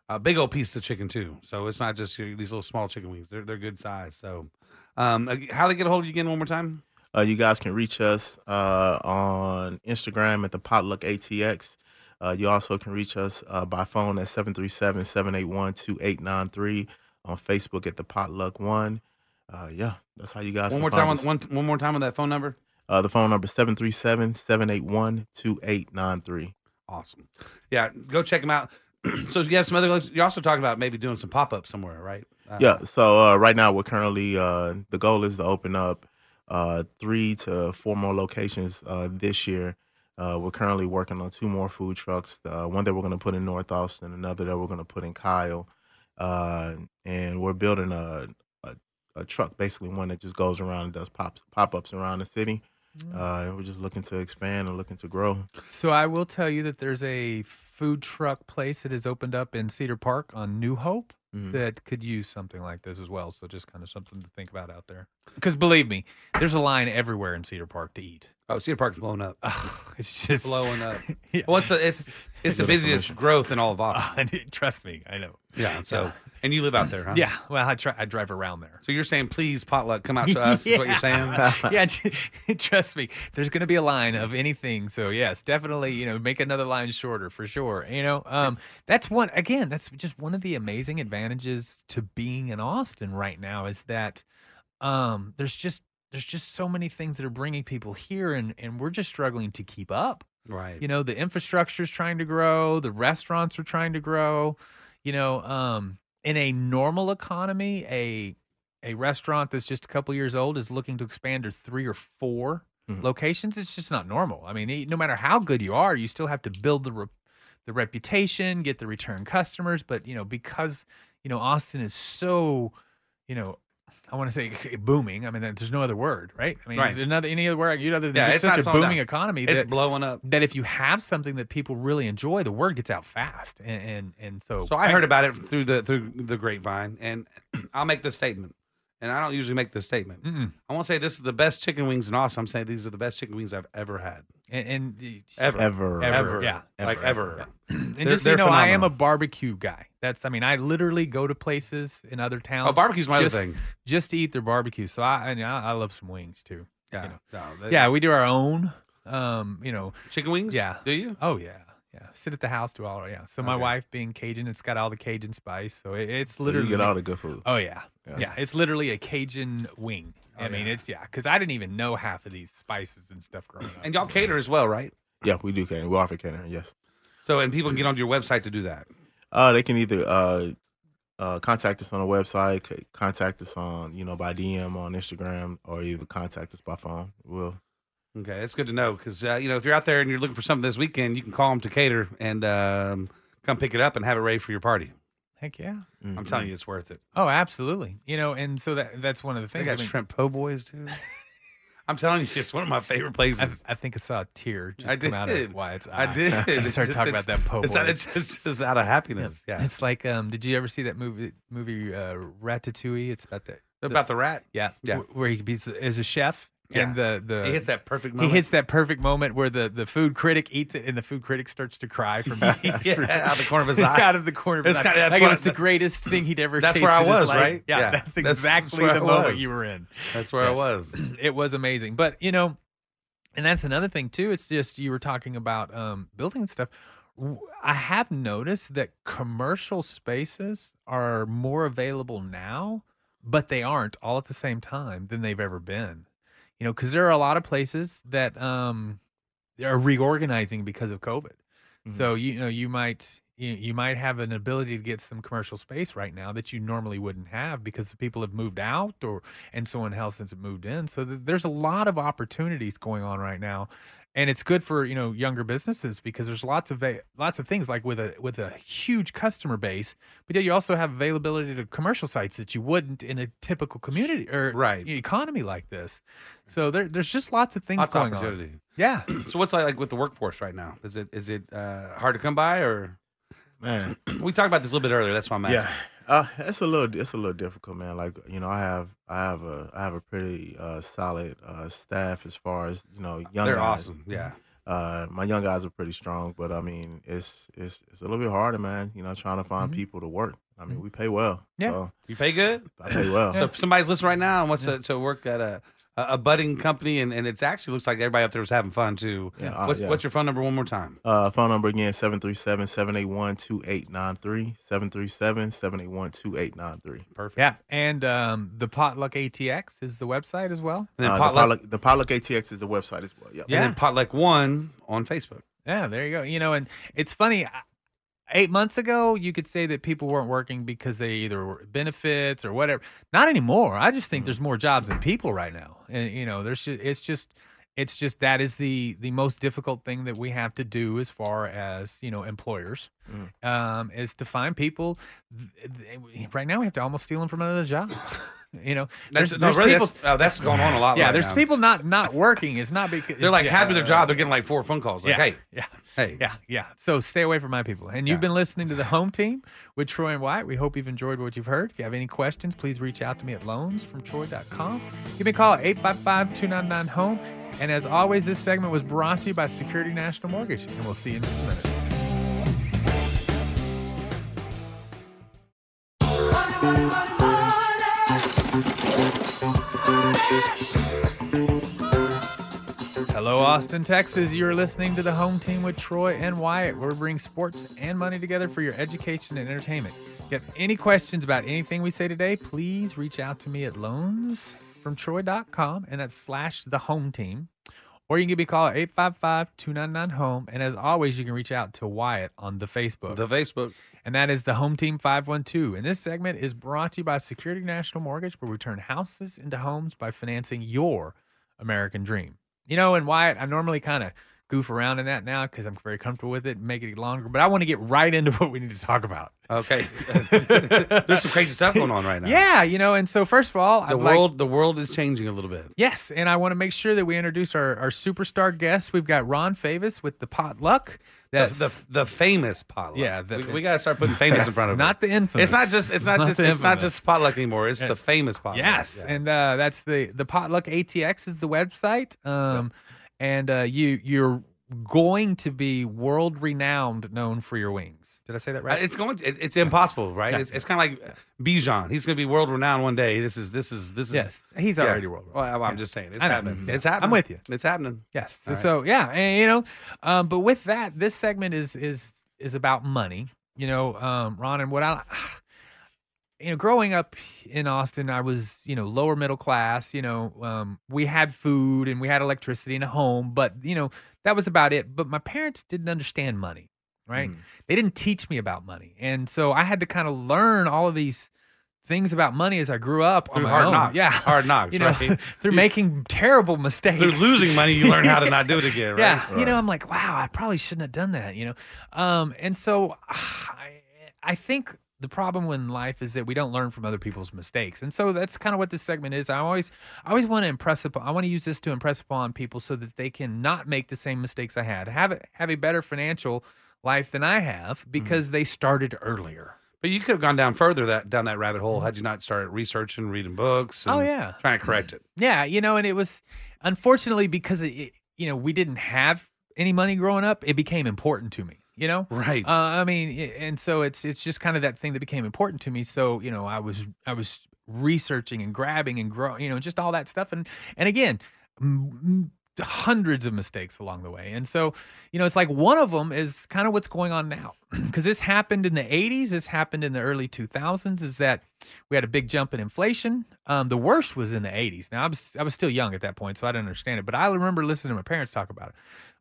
[SPEAKER 3] a big old piece of chicken too. So it's not just your, these little small chicken wings. They're they're good size. So, um, ag- how they get a hold of you again one more time?
[SPEAKER 4] Uh, you guys can reach us uh, on Instagram at the Potluck ATX. Uh, you also can reach us uh, by phone at 737 781 2893 on Facebook at the Potluck One. Uh, yeah, that's how you guys
[SPEAKER 3] One
[SPEAKER 4] can
[SPEAKER 3] more
[SPEAKER 4] find
[SPEAKER 3] time on
[SPEAKER 4] us.
[SPEAKER 3] one one more time on that phone number.
[SPEAKER 4] Uh, the phone number 737 781 2893.
[SPEAKER 3] Awesome. Yeah, go check them out. so you have some other. You're also talking about maybe doing some pop up somewhere, right? Uh,
[SPEAKER 4] Yeah, so uh, right now we're currently, uh, the goal is to open up uh, three to four more locations uh, this year. Uh, we're currently working on two more food trucks. Uh, one that we're going to put in North Austin, another that we're going to put in Kyle, uh, and we're building a, a a truck, basically one that just goes around and does pops pop ups around the city.
[SPEAKER 2] Mm.
[SPEAKER 4] Uh, and we're just looking to expand and looking to grow.
[SPEAKER 2] So I will tell you that there's a food truck place that has opened up in Cedar Park on New Hope
[SPEAKER 3] Mm-hmm.
[SPEAKER 4] Mhm.
[SPEAKER 2] that could use something like this as well. So just kind of something to think about out there. Because believe me, there's a line everywhere in Cedar Park to eat.
[SPEAKER 3] Oh, Cedar Park's blowing up.
[SPEAKER 2] Ugh, it's just
[SPEAKER 3] Blowing up.
[SPEAKER 2] yeah.
[SPEAKER 3] Well, it's the- it's it's the
[SPEAKER 4] Good
[SPEAKER 3] busiest
[SPEAKER 4] information.
[SPEAKER 3] growth in all of Austin.
[SPEAKER 2] Uh, trust me, I know.
[SPEAKER 3] Yeah. So and you live out there, huh?
[SPEAKER 2] Yeah. Well, I try. I drive around there.
[SPEAKER 3] So you're saying please potluck come out to us is what you're saying?
[SPEAKER 2] yeah, tr- trust me. There's going to be a line of anything. So yes, definitely, you know, make another line shorter for sure. You know, um, that's one again. That's just one of the amazing advantages to being in Austin right now is that um, there's just there's just so many things that are bringing people here, and and we're just struggling to keep up.
[SPEAKER 3] Right.
[SPEAKER 2] You know, the infrastructure is trying to grow, the restaurants are trying to grow. You know, um, in a normal economy, a a restaurant that's just a couple years old is looking to expand to three or 4
[SPEAKER 3] Mm-hmm.
[SPEAKER 4] Mhm.
[SPEAKER 2] locations. It's just not normal. I mean, e- no matter how good you are, you still have to build the re- the reputation, get the return customers. But you know, because you know Austin is so, you know. I want to say booming. I mean, there's no other word, right? I mean,
[SPEAKER 3] Right.
[SPEAKER 2] is there another any other word you other than
[SPEAKER 3] Yeah,
[SPEAKER 2] just
[SPEAKER 3] it's not
[SPEAKER 2] such a
[SPEAKER 3] slowing down.
[SPEAKER 2] booming economy
[SPEAKER 3] It's
[SPEAKER 2] that
[SPEAKER 3] blowing up.
[SPEAKER 2] that if you have something that people really enjoy, the word gets out fast, and and, and so
[SPEAKER 3] So I heard about it through the through the grapevine and I'll make the statement. And I don't usually make this statement.
[SPEAKER 2] Mm-mm.
[SPEAKER 3] I won't say this is the best chicken wings in Austin. I'm saying these are the best chicken wings I've ever had.
[SPEAKER 2] and, and the-
[SPEAKER 3] Ever.
[SPEAKER 4] Ever.
[SPEAKER 2] Ever. Yeah.
[SPEAKER 3] Yeah. Like
[SPEAKER 4] Ever.
[SPEAKER 3] ever.
[SPEAKER 2] and
[SPEAKER 3] They're-
[SPEAKER 2] just so you know,
[SPEAKER 3] they're
[SPEAKER 2] I am a
[SPEAKER 3] phenomenal.
[SPEAKER 2] barbecue guy. That's I mean, I literally go to places in other towns.
[SPEAKER 3] Oh, barbecue's my
[SPEAKER 2] just,
[SPEAKER 3] other thing.
[SPEAKER 2] Just to eat their barbecue. So I and I, I love some wings too.
[SPEAKER 3] Yeah.
[SPEAKER 2] know.
[SPEAKER 3] No, they-
[SPEAKER 2] Yeah, we do our own. Um, you know,
[SPEAKER 3] Chicken wings?
[SPEAKER 2] Yeah.
[SPEAKER 3] Do you?
[SPEAKER 2] oh yeah. Yeah, sit at the house, do all yeah. So my
[SPEAKER 3] Okay.
[SPEAKER 2] wife being Cajun, it's got all the Cajun spice. So it, it's
[SPEAKER 4] So you
[SPEAKER 2] literally
[SPEAKER 4] get all the good food.
[SPEAKER 2] Oh yeah. yeah,
[SPEAKER 4] Yeah.
[SPEAKER 2] It's literally a Cajun wing. I
[SPEAKER 3] Oh,
[SPEAKER 2] mean,
[SPEAKER 3] yeah.
[SPEAKER 2] it's yeah, because I didn't even know half of these spices and stuff growing up.
[SPEAKER 3] And y'all cater as well, right?
[SPEAKER 4] Yeah, we do catering. We offer catering, yes.
[SPEAKER 3] So and people can get onto your website to do that.
[SPEAKER 4] Uh, they can either uh, uh, contact us on the website, c- contact us on you know by DM on Instagram, or either contact us by phone. We'll
[SPEAKER 3] Okay, that's good to know because uh, you know if you're out there and you're looking for something this weekend, you can call them to cater and um, come pick it up and have it ready for your party.
[SPEAKER 2] Heck yeah.
[SPEAKER 4] mm,
[SPEAKER 3] I'm
[SPEAKER 2] Mm-hmm.
[SPEAKER 3] telling you, it's worth it.
[SPEAKER 2] Oh, absolutely. You know, and so that that's one of the
[SPEAKER 3] They
[SPEAKER 2] things. I
[SPEAKER 3] got
[SPEAKER 2] mean,
[SPEAKER 3] shrimp po' boys too. I'm telling you, it's one of my favorite places.
[SPEAKER 2] I, I think I saw a tear just
[SPEAKER 3] I
[SPEAKER 2] come out
[SPEAKER 3] did.
[SPEAKER 2] of Wyatt's
[SPEAKER 3] I,
[SPEAKER 2] eye.
[SPEAKER 3] did.
[SPEAKER 2] I
[SPEAKER 3] It's
[SPEAKER 2] started
[SPEAKER 3] just-
[SPEAKER 2] talking
[SPEAKER 3] it's-
[SPEAKER 2] about that po'
[SPEAKER 3] It's,
[SPEAKER 2] boy.
[SPEAKER 3] out- it's just, it's out of happiness. Yeah.
[SPEAKER 2] It's like, um, did you ever see that movie movie uh, Ratatouille? It's about that.
[SPEAKER 3] About the rat.
[SPEAKER 2] Yeah,
[SPEAKER 3] Yeah.
[SPEAKER 2] wh- Where he beats as a chef, and the the
[SPEAKER 3] He hits that
[SPEAKER 2] uh,
[SPEAKER 3] perfect
[SPEAKER 2] he
[SPEAKER 3] moment.
[SPEAKER 2] hits that perfect moment where the the food critic eats it, and the food critic starts to cry from
[SPEAKER 3] Yeah, out the corner of his eye.
[SPEAKER 2] out of the corner of his
[SPEAKER 3] It's
[SPEAKER 2] eye.
[SPEAKER 3] kinda- that's
[SPEAKER 2] like it
[SPEAKER 3] what-
[SPEAKER 2] was the greatest thing he'd ever.
[SPEAKER 3] That's where I
[SPEAKER 2] tasted in his
[SPEAKER 3] was,
[SPEAKER 2] life.
[SPEAKER 3] right?
[SPEAKER 2] Yeah,
[SPEAKER 3] Yeah.
[SPEAKER 2] that's
[SPEAKER 3] That's- that's
[SPEAKER 2] exactly
[SPEAKER 3] where
[SPEAKER 2] the
[SPEAKER 3] I
[SPEAKER 2] moment
[SPEAKER 3] was.
[SPEAKER 2] you were in.
[SPEAKER 3] That's where I
[SPEAKER 2] Yes.
[SPEAKER 3] was.
[SPEAKER 2] it was amazing. But you know, and that's another thing too. It's just you were talking about um, building and stuff. W- I have noticed that commercial spaces are more available now, but they aren't all at the same time than they've ever been. You know, because there are a lot of places that um, are reorganizing because of COVID.
[SPEAKER 4] Mhm.
[SPEAKER 2] So you know you might you, you might have an ability to get some commercial space right now that you normally wouldn't have because people have moved out or and someone else since it moved in. So th- there's a lot of opportunities going on right now, and it's good for you know younger businesses because there's lots of va- lots of things like with a with a huge customer base, but yet you also have availability to commercial sites that you wouldn't in a typical community or
[SPEAKER 3] Right.
[SPEAKER 2] e economy like this. So there, there's just lots of things
[SPEAKER 3] Lots of
[SPEAKER 2] going on.
[SPEAKER 3] opportunity.
[SPEAKER 2] Yeah,
[SPEAKER 3] So what's like, like with the workforce right now? Is it is it uh, hard to come by or
[SPEAKER 4] man.
[SPEAKER 3] we talked about this a little bit earlier? That's why I'm asking.
[SPEAKER 4] Yeah, uh, it's a little it's a little difficult, man. Like you know, I have I have a I have a pretty uh, solid uh, staff as far as you know young.
[SPEAKER 3] They're
[SPEAKER 4] guys.
[SPEAKER 3] awesome. Yeah.
[SPEAKER 4] Uh, my young guys are pretty strong, but I mean, it's it's it's a little bit harder, man. You know, trying to find
[SPEAKER 2] Mhm.
[SPEAKER 4] people to work. I mean, we pay well.
[SPEAKER 2] Yeah.
[SPEAKER 4] so
[SPEAKER 3] You pay good.
[SPEAKER 4] I pay well.
[SPEAKER 3] So if somebody's listening right now and wants
[SPEAKER 2] Yeah.
[SPEAKER 3] to, to work at a a a budding company and, and it actually looks like everybody up there was having fun too.
[SPEAKER 4] Yeah, uh,
[SPEAKER 3] What,
[SPEAKER 4] yeah.
[SPEAKER 3] What's your phone number one more time?
[SPEAKER 4] Uh, phone number again 737 781 2893. 737 781 2893.
[SPEAKER 3] Perfect.
[SPEAKER 2] yeah, and um, the Potluck ATX is the website as well.
[SPEAKER 3] And then
[SPEAKER 4] Uh,
[SPEAKER 3] potluck,
[SPEAKER 4] the, Pollock, the Pollock ATX is the website as well. Yep.
[SPEAKER 3] and then potluck one on Facebook.
[SPEAKER 2] Yeah, there you go. You know, and it's funny. I- Eight months ago, you could say that people weren't working because they either were benefits or whatever. Not anymore. I just
[SPEAKER 3] Mm-hmm.
[SPEAKER 2] think there's more jobs than people right now, and you know, there's just, it's just it's just that is the the most difficult thing that we have to do as far as you know employers
[SPEAKER 3] Mm.
[SPEAKER 2] um, is to find people. Th- th- Right now, we have to almost steal them from another job. you know,
[SPEAKER 3] That's, no, really, that's, oh, that's going on a lot.
[SPEAKER 2] yeah,
[SPEAKER 3] right
[SPEAKER 2] there's
[SPEAKER 3] now.
[SPEAKER 2] people not not working. It's not because
[SPEAKER 3] They're like
[SPEAKER 2] yeah,
[SPEAKER 3] happy with their job. They're getting like four phone calls. Like,
[SPEAKER 2] yeah,
[SPEAKER 3] hey,
[SPEAKER 2] yeah.
[SPEAKER 3] hey,
[SPEAKER 2] Yeah, yeah. So stay away from my people. And you've
[SPEAKER 3] Yeah.
[SPEAKER 2] been listening to the home team with Troy and White. We hope you've enjoyed what you've heard. If you have any questions, please reach out to me at loansfromtroy.com. Give me a call at 855 299 home. And as always, this segment was brought to you by Security National Mortgage. And we'll see you in just a minute. Hello, Austin, Texas. You're listening to the home team with Troy and Wyatt, where we bring sports and money together for your education and entertainment. If you have any questions about anything we say today, please reach out to me at loansfromtroy.com and that's slash the home team. Or you can give me a call at 855 299 home. And as always, you can reach out to Wyatt on the Facebook
[SPEAKER 3] the Facebook.
[SPEAKER 2] and that is the Home Team 512. And this segment is brought to you by Security National Mortgage, where we turn houses into homes by financing your American dream. You know, and Wyatt, I normally kind of goof around in that now because I'm very comfortable with it and make it longer, but I want to get right into what we need to talk about.
[SPEAKER 3] Okay, there's some crazy stuff going on right now.
[SPEAKER 2] Yeah, you know, and so first of all,
[SPEAKER 3] the
[SPEAKER 2] I'd like-
[SPEAKER 3] world the world is changing a little bit.
[SPEAKER 2] Yes, and I want to make sure that we introduce our, our superstar guest. We've got Ron Favis with the potluck.
[SPEAKER 3] The,
[SPEAKER 2] That's
[SPEAKER 3] the, the famous potluck.
[SPEAKER 2] Yeah, the-
[SPEAKER 3] we, we
[SPEAKER 2] it's-
[SPEAKER 3] gotta start putting famous in front of
[SPEAKER 2] not
[SPEAKER 3] it.
[SPEAKER 2] the infamous.
[SPEAKER 3] It's not just it's not, just
[SPEAKER 2] the
[SPEAKER 3] it's not
[SPEAKER 2] infamous.
[SPEAKER 3] just potluck anymore. It's the famous potluck.
[SPEAKER 2] Yes,
[SPEAKER 3] Yeah.
[SPEAKER 2] and uh, that's the the potluck ATX is the website, um, and uh, you you're going to be world renowned, known for your wings. Did I say that
[SPEAKER 3] Uh,
[SPEAKER 2] right?
[SPEAKER 3] it's going. It, it's impossible, right?
[SPEAKER 2] Yeah.
[SPEAKER 3] It's, it's kind of like Bijan. He's going to be world renowned one day. This is this is this is.
[SPEAKER 2] yes, he's
[SPEAKER 3] yeah.
[SPEAKER 2] already world.
[SPEAKER 3] Well,
[SPEAKER 2] renowned.
[SPEAKER 3] I- well, I'm
[SPEAKER 2] Yeah.
[SPEAKER 3] just saying, it's
[SPEAKER 2] I know.
[SPEAKER 3] happening.
[SPEAKER 2] Yeah.
[SPEAKER 3] It's happening.
[SPEAKER 2] I'm with you.
[SPEAKER 3] It's happening.
[SPEAKER 2] Yes.
[SPEAKER 3] All right.
[SPEAKER 2] So yeah, and, you know, um, but with that, this segment is is is about money. You know, um, Ron, and what I, you know, growing up in Austin, I was you know lower middle class. You know, um, we had food and we had electricity and a home, but you know that was about it. But my parents didn't understand money, right?
[SPEAKER 3] Mm.
[SPEAKER 4] Mhm.
[SPEAKER 2] They didn't teach me about money, and so I had to kind of learn all of these things about money as I grew up on
[SPEAKER 3] Through
[SPEAKER 2] my
[SPEAKER 3] hard
[SPEAKER 2] own.
[SPEAKER 3] knocks.
[SPEAKER 2] Yeah,
[SPEAKER 3] Hard knocks.
[SPEAKER 2] you know,
[SPEAKER 3] right?
[SPEAKER 2] through making terrible mistakes,
[SPEAKER 3] Through losing money, you learn how to not do it again. Right?
[SPEAKER 2] yeah, you
[SPEAKER 4] Right.
[SPEAKER 2] know, I'm like, wow, I probably shouldn't have done that, you know. Um, and so I, I think the problem in life is that we don't learn from other people's mistakes. And so that's kind of what this segment is. I always I always want to impress upon I want to use this to impress upon people so that they can not make the same mistakes I had. Have a- have a better financial life than I have
[SPEAKER 4] Mm-hmm.
[SPEAKER 2] because they started earlier.
[SPEAKER 3] But you could have gone down further that down that rabbit hole had you not started researching, reading books. And
[SPEAKER 2] Oh yeah.
[SPEAKER 3] trying to correct it.
[SPEAKER 2] Yeah, you know, and it was unfortunately because it- it, you know, we didn't have any money growing up, it became important to me, you know?
[SPEAKER 3] Right.
[SPEAKER 2] Uh, I mean, i- and so it's it's just kind of that thing that became important to me. So you know, I was I was researching and grabbing and grow, you know, just all that stuff. And and again, m- m- hundreds of mistakes along the way. And so you know, it's like one of them is kind of what's going on now because this happened in the '80s. This happened in the early 2000s. Is that we had a big jump in inflation. Um, the worst was in the '80s. Now I was I was still young at that point, so I didn't understand it. But I remember listening to my parents talk about it.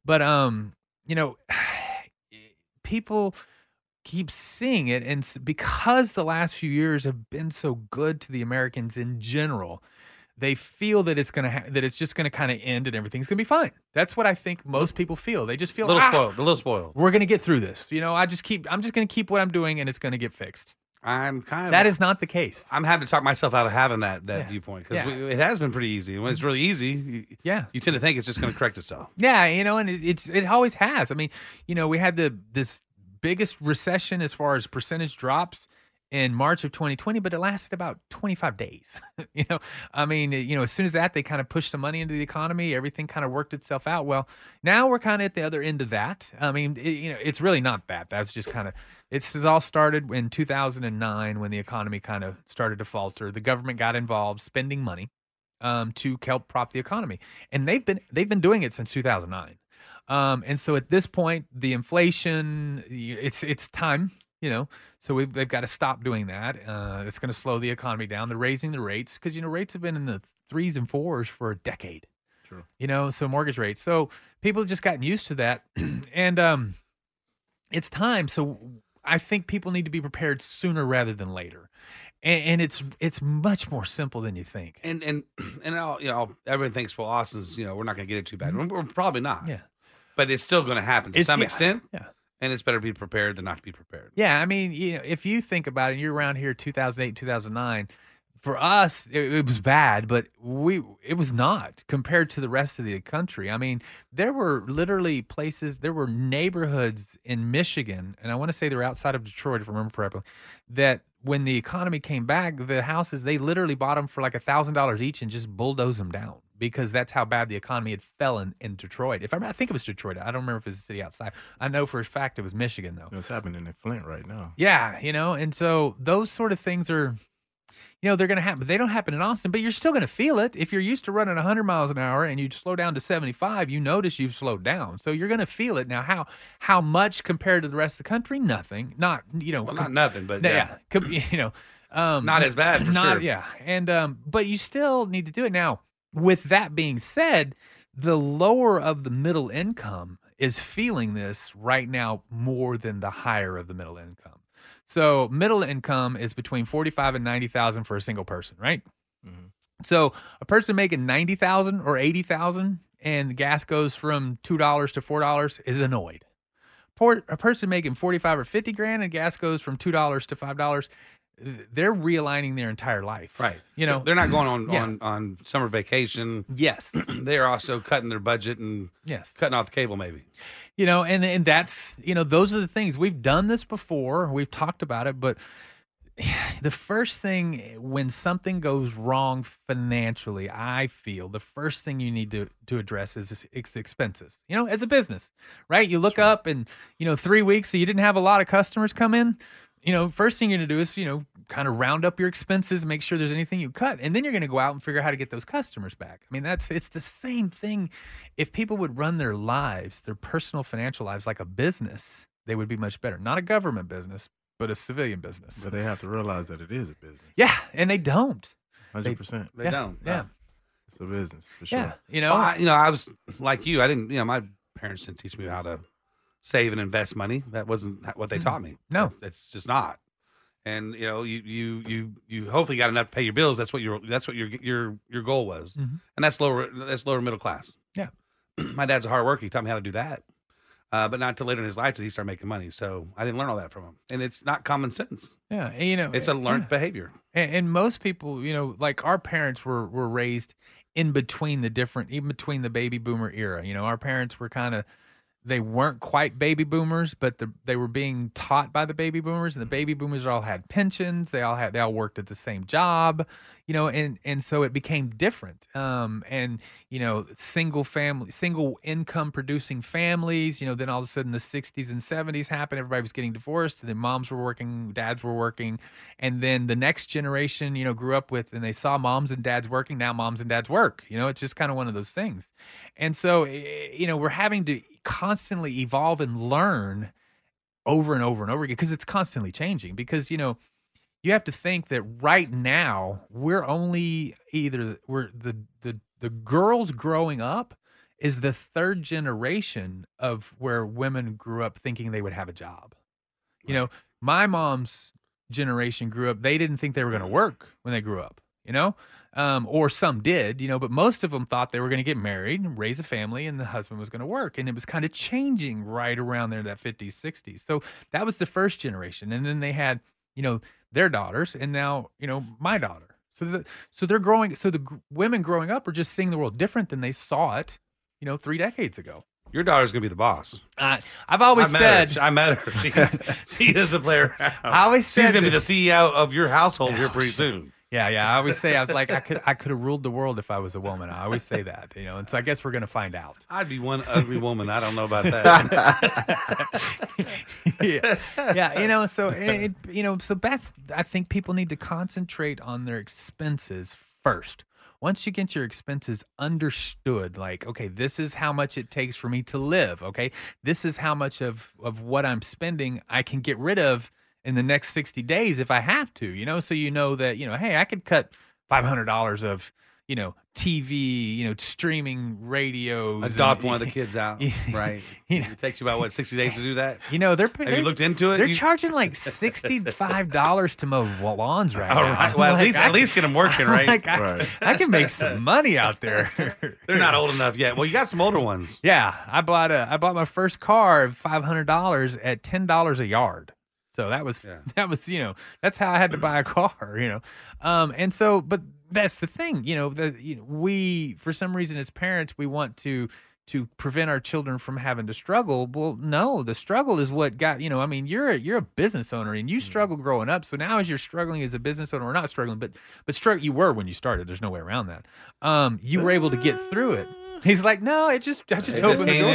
[SPEAKER 2] But um, you know. people keep seeing it and s- because the last few years have been so good to the Americans in general they feel that it's going to ha- that it's just going to kind of end and everything's going to be fine that's what i think most people feel they just
[SPEAKER 3] a
[SPEAKER 2] feel
[SPEAKER 3] little
[SPEAKER 2] "Ah,
[SPEAKER 3] spoiled. A little spoiled.
[SPEAKER 2] we're going to get through this you know i just keep i'm just going to keep what i'm doing and it's going to get fixed
[SPEAKER 3] I'm kind of
[SPEAKER 2] that is not the case
[SPEAKER 3] I'm having to talk myself out of having that that
[SPEAKER 2] Yeah.
[SPEAKER 3] viewpoint because
[SPEAKER 2] Yeah.
[SPEAKER 3] it has been pretty easy. When it's really easy, you,
[SPEAKER 2] yeah
[SPEAKER 3] you tend to think it's just going to correct itself.
[SPEAKER 2] Yeah, you know, and it, it's it always has. I mean, you know, we had the this biggest recession as far as percentage drops in March of 2020, but it lasted about 25 days. you know, I mean, you know, as soon as that they kind of pushed some money into the economy, everything kind of worked itself out. Well, now we're kind of at the other end of that. I mean, it, you know, it's really not that. That's just kind of it's it all started in 2009 when the economy kind of started to falter. The government got involved spending money um, to help prop the economy, and they've been they've been doing it since 2009. Um, and so at this point, the inflation y- it's it's time, you know. So we've, they've got to stop doing that. Uh, it's going to slow the economy down. They're raising the rates because you know rates have been in the threes and fours for a decade.
[SPEAKER 4] True.
[SPEAKER 2] You know, so mortgage rates. So people have just gotten used to that, and um, it's time. So I think people need to be prepared sooner rather than later. And, and it's it's much more simple than you think.
[SPEAKER 3] And and and I'll, you know everyone thinks well Austin's you know we're not going to get it too bad. We're, we're probably not.
[SPEAKER 2] Mm-hmm. Yeah.
[SPEAKER 3] But it's still going to happen to
[SPEAKER 2] It's-
[SPEAKER 3] some
[SPEAKER 2] yeah,
[SPEAKER 3] extent.
[SPEAKER 2] yeah.
[SPEAKER 3] And it's better to be prepared than not to be prepared.
[SPEAKER 2] Yeah, I mean, you know, if you think about it, you're around here 2008, 2009. For us, it, it was bad, but we it was not compared to the rest of the country. I mean, there were literally places, there were neighborhoods in Michigan, and I want to say they're outside of Detroit, if I remember correctly, that when the economy came back, the houses they literally bought them for like a thousand dollars each and just bulldozed them down because that's how bad the economy had fell in, in Detroit. If I, I think it was Detroit, I don't remember if it was a city outside. I know for a fact it was Michigan though.
[SPEAKER 4] You know, it's happening in Flint right now.
[SPEAKER 2] Yeah, you know, and so those sort of things are, you know, they're going to happen. They don't happen in Austin, but you're still going to feel it. If you're used to running 100 miles an hour and you slow down to 75, you notice you've slowed down. So you're going to feel it. Now, how how much compared to the rest of the country? Nothing. Not you know.
[SPEAKER 3] Well,
[SPEAKER 2] com-
[SPEAKER 3] not nothing, but
[SPEAKER 2] no,
[SPEAKER 3] yeah.
[SPEAKER 2] yeah. com- you know, um,
[SPEAKER 3] Not as bad, for
[SPEAKER 2] not
[SPEAKER 3] sure.
[SPEAKER 2] yeah, and um, but you still need to do it now. With that being said, the lower of the middle income is feeling this right now more than the higher of the middle income. So middle income is between forty five and ninety thousand for a single person, right?
[SPEAKER 4] Mhm.
[SPEAKER 2] So a person making ninety thousand or eighty thousand, and gas goes from two dollars to four dollars, is annoyed. Por- a person making forty five or fifty grand, and gas goes from two dollars to five dollars, they're realigning their entire life,
[SPEAKER 3] Right.
[SPEAKER 2] You know,
[SPEAKER 3] they're not going on
[SPEAKER 2] Yeah.
[SPEAKER 3] on on summer vacation.
[SPEAKER 2] yes,
[SPEAKER 3] they are also cutting their budget and
[SPEAKER 2] yes.
[SPEAKER 3] cutting off the cable maybe.
[SPEAKER 2] you know and and that's you know those are the things we've done this before we've talked about it but the first thing when something goes wrong financially i feel the first thing you need to to address is is ex- expenses you know as a business right you look up and you know 3 weeks so you didn't have a lot of customers come in you know first thing you're going to do is you know kind of round up your expenses make sure there's anything you cut and then you're going to go out and figure out how to get those customers back i mean that's it's the same thing if people would run their lives, their personal financial lives, like a business, they would be much better. Not a government business, but a civilian business.
[SPEAKER 4] But they have to realize that it is a business.
[SPEAKER 2] Yeah, and they don't.
[SPEAKER 4] 100%.
[SPEAKER 3] They
[SPEAKER 2] yeah,
[SPEAKER 3] don't.
[SPEAKER 2] Yeah,
[SPEAKER 3] no.
[SPEAKER 4] It's a business for sure.
[SPEAKER 2] yeah. You know,
[SPEAKER 3] Well, Oh, I, you know, I was like you. I didn't. You know, my parents didn't teach me how to save and invest money. That wasn't ha- what they
[SPEAKER 2] Mm.
[SPEAKER 3] taught me.
[SPEAKER 2] No.
[SPEAKER 3] That's- that's just not. And you know, you you you you hopefully got enough to pay your bills. That's what your that's what your your your goal was.
[SPEAKER 2] Mhm.
[SPEAKER 3] And that's lower that's lower middle class.
[SPEAKER 2] Yeah.
[SPEAKER 3] my dad's a hard worker. He taught me how to do that. uh, but not till later in his life did he start making money. So I didn't learn all that from him, and it's not common sense.
[SPEAKER 2] Oh, Yeah, and, you know,
[SPEAKER 3] It's a learned behavior.
[SPEAKER 2] And, and most people, you know, like our parents were were raised in between the different, even between the baby boomer era. You know, our parents were kind of they weren't quite baby boomers, but the, they were being taught by the baby boomers, and the baby boomers all had pensions. They all had they all worked at the same job, you know, and and so it became different. Um, and you know, single family, single income producing families. You know, then all of a sudden the '60s and '70s happened. Everybody was getting divorced. And then moms were working, dads were working, and then the next generation, you know, grew up with and they saw moms and dads working. Now moms and dads work. You know, it's just kind of one of those things. And so, eh, you know, we're having to constantly evolve and learn over and over and over again because it's constantly changing. Because, you know, you have to think that right now we're only either we're the the the girls growing up is the third generation of where women grew up thinking they would have a job. You know, my mom's generation grew up, they didn't think they were going to work when they grew up, you know? Um, or some did, you know, but most of them thought they were going to get married and raise a family and the husband was going to work. And it was kind of changing right around there, that 50s, 60s. So that was the first generation. And then they had, you know, their daughters and now, you know, my daughter. So, the, so they're growing. So the gr- women growing up are just seeing the world different than they saw it, you know, three decades ago.
[SPEAKER 3] Your daughter's gonna be the boss.
[SPEAKER 2] Uh, I've always
[SPEAKER 3] I met
[SPEAKER 2] said,
[SPEAKER 3] her. I met her. She's, she is a player.
[SPEAKER 2] I always
[SPEAKER 3] She's
[SPEAKER 2] said
[SPEAKER 3] gonna be
[SPEAKER 2] that-
[SPEAKER 3] the CEO of your household here
[SPEAKER 2] Oh,
[SPEAKER 3] pretty
[SPEAKER 2] shit.
[SPEAKER 3] soon.
[SPEAKER 2] Yeah, yeah. I always say I was like I could I could have ruled the world if I was a woman. I always say that, you know. And so I guess we're gonna find out.
[SPEAKER 3] I'd be one ugly woman. I don't know about that.
[SPEAKER 2] yeah. yeah, you know. So it, it- you know, so that's I think people need to concentrate on their expenses first. Once you get your expenses understood, like okay, this is how much it takes for me to live. Okay, this is how much of of what I'm spending I can get rid of in the next sixty days if I have to. You know, so you know that you know, hey, I could cut five hundred dollars of you know TV, you know, streaming radios. and-
[SPEAKER 3] Adopt one of the kids out.
[SPEAKER 2] Yeah.
[SPEAKER 3] Right.
[SPEAKER 2] You know.
[SPEAKER 3] It takes you about what sixty days to do that.
[SPEAKER 2] You know, they're
[SPEAKER 3] Have
[SPEAKER 2] they're-
[SPEAKER 3] you looked into it?
[SPEAKER 2] They're
[SPEAKER 3] You-
[SPEAKER 2] charging like sixty-five dollars to mow lawns right
[SPEAKER 3] All
[SPEAKER 2] now.
[SPEAKER 3] right. Well, at
[SPEAKER 2] Like,
[SPEAKER 3] least
[SPEAKER 2] I
[SPEAKER 3] at
[SPEAKER 2] can-
[SPEAKER 3] least get them working, right?
[SPEAKER 2] like, I,
[SPEAKER 4] Right.
[SPEAKER 2] I can make some money out there.
[SPEAKER 3] They're not old enough yet. Well, you got some older ones.
[SPEAKER 2] Yeah, I bought a I bought my first car of five hundred dollars at ten dollars a yard. So that was
[SPEAKER 3] Yeah.
[SPEAKER 2] that was you know that's how I had to buy a car you know, um and so but that's the thing you know the you know, we for some reason as parents we want to to prevent our children from having to struggle well no the struggle is what got you know I mean you're a, you're a business owner and you struggled growing up so now as you're struggling as a business owner or not struggling but but struggle you were when you started there's no way around that um you were able to get through it he's like no it just I just
[SPEAKER 3] It
[SPEAKER 2] opened
[SPEAKER 3] just
[SPEAKER 2] the
[SPEAKER 3] came
[SPEAKER 2] door.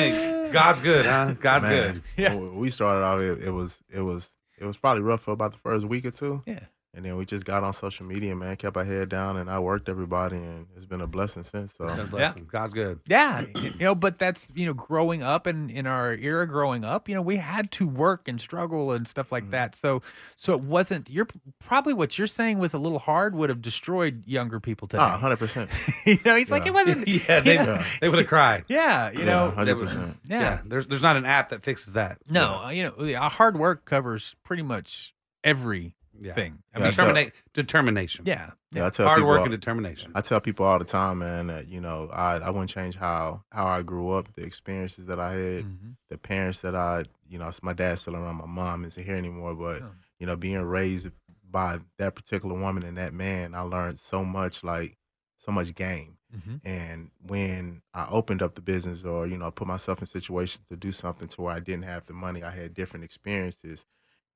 [SPEAKER 3] in. God's good, huh? God's
[SPEAKER 4] Man,
[SPEAKER 3] good.
[SPEAKER 2] Yeah.
[SPEAKER 4] When we started off, it, it was it was it was probably rough for about the first week or two.
[SPEAKER 2] Yeah.
[SPEAKER 4] And then we just got on social media, man, kept our head down and I worked everybody and it's been a blessing since. So
[SPEAKER 3] God bless him. God's good.
[SPEAKER 2] Yeah, you know, but that's you know, growing up and in our era, growing up, you know, we had to work and struggle and stuff like that. So, so it wasn't. You're probably what you're saying was a little hard. Would have destroyed younger people today.
[SPEAKER 4] ah, hundred percent.
[SPEAKER 2] you know, he's like,
[SPEAKER 4] Yeah.
[SPEAKER 2] it wasn't.
[SPEAKER 3] Yeah, they
[SPEAKER 2] Yeah.
[SPEAKER 3] they would have cried.
[SPEAKER 2] Yeah, you know,
[SPEAKER 3] they
[SPEAKER 4] hundred
[SPEAKER 3] were-
[SPEAKER 4] percent.
[SPEAKER 2] yeah.
[SPEAKER 3] There's there's not an app that fixes that.
[SPEAKER 2] No, uh, you know, yeah, hard work covers pretty much everything.
[SPEAKER 3] Yeah.
[SPEAKER 2] I
[SPEAKER 4] Yeah,
[SPEAKER 2] mean,
[SPEAKER 4] so-
[SPEAKER 3] Determina- determination.
[SPEAKER 2] yeah,
[SPEAKER 4] Yeah, I tell
[SPEAKER 3] Hard
[SPEAKER 4] people
[SPEAKER 3] work
[SPEAKER 4] all-
[SPEAKER 3] and determination.
[SPEAKER 4] I tell people all the time, man, that you know, I, I wouldn't change how how I grew up, the experiences that I had,
[SPEAKER 2] Mhm.
[SPEAKER 4] the parents that I, you know, my dad's still around, my mom isn't here anymore, but
[SPEAKER 2] Yeah.
[SPEAKER 4] you know, being raised by that particular woman and that man, I learned so much, like so much game.
[SPEAKER 2] Mhm.
[SPEAKER 4] And when I opened up the business, or you know, put myself in situations to do something to where I didn't have the money, I had different experiences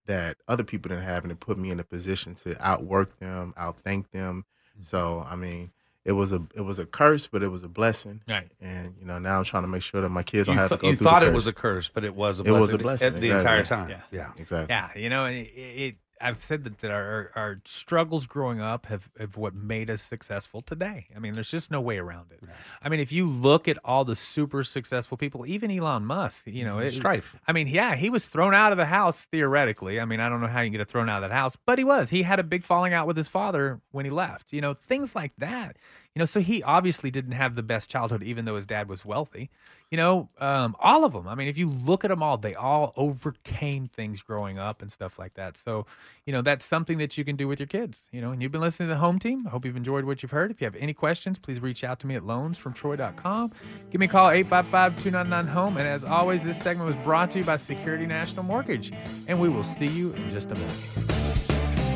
[SPEAKER 4] that other people didn't have, and it put me in a position to outwork them, outthink them. So I mean, it was a it was a curse, but it was a blessing.
[SPEAKER 2] right.
[SPEAKER 4] And you know, now I'm trying to make sure that my kids
[SPEAKER 3] you
[SPEAKER 4] don't have
[SPEAKER 3] th-
[SPEAKER 4] to go
[SPEAKER 3] you
[SPEAKER 4] through the
[SPEAKER 3] thought it
[SPEAKER 4] curse.
[SPEAKER 3] was a curse, but it was a
[SPEAKER 4] It
[SPEAKER 3] blessing,
[SPEAKER 4] was a blessing,
[SPEAKER 3] the- e- the
[SPEAKER 4] exactly.
[SPEAKER 3] entire time.
[SPEAKER 2] Yeah.
[SPEAKER 3] yeah.
[SPEAKER 4] exactly.
[SPEAKER 2] Yeah, you know, and it, it, I've said that, that our, our struggles growing up have, have what made us successful today. I mean, there's just no way around it. I mean, if you look at all the super successful people, even Elon Musk, you know, it,
[SPEAKER 3] Strife.
[SPEAKER 2] I mean, yeah, he was thrown out of the house theoretically. I mean, I don't know how you get thrown out of that house, but he was. He had a big falling out with his father when he left. You know, things like that. You know, so he obviously didn't have the best childhood, even though his dad was wealthy. You know, um, all of them. I mean, if you look at them all, they all overcame things growing up and stuff like that. So, you know, that's something that you can do with your kids. You know, and you've been listening to the home team. I hope you've enjoyed what you've heard. If you have any questions, please reach out to me at loansfromtroy.com. Give me a call, 855 299 home. E. And as always, this segment was brought to you by Security National Mortgage. And we will see you in just a minute.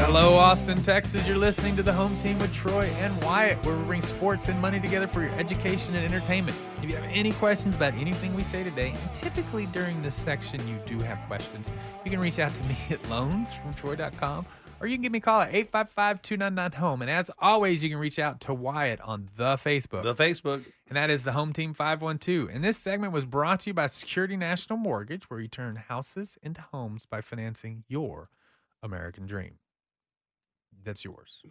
[SPEAKER 2] Hello, Austin, Texas. You're listening to the home team with Troy and Wyatt, where we bring sports and money together for your education and entertainment. If you have any questions about anything we say today, and typically during this section you do have questions, you can reach out to me at loansfromtroy.com or you can give me a call at 855 299 home. And as always, you can reach out to Wyatt on the Facebook
[SPEAKER 3] The Facebook.
[SPEAKER 2] and that is the Home Team 512. And this segment was brought to you by Security National Mortgage, where you turn houses into homes by financing your American dream. That's yours.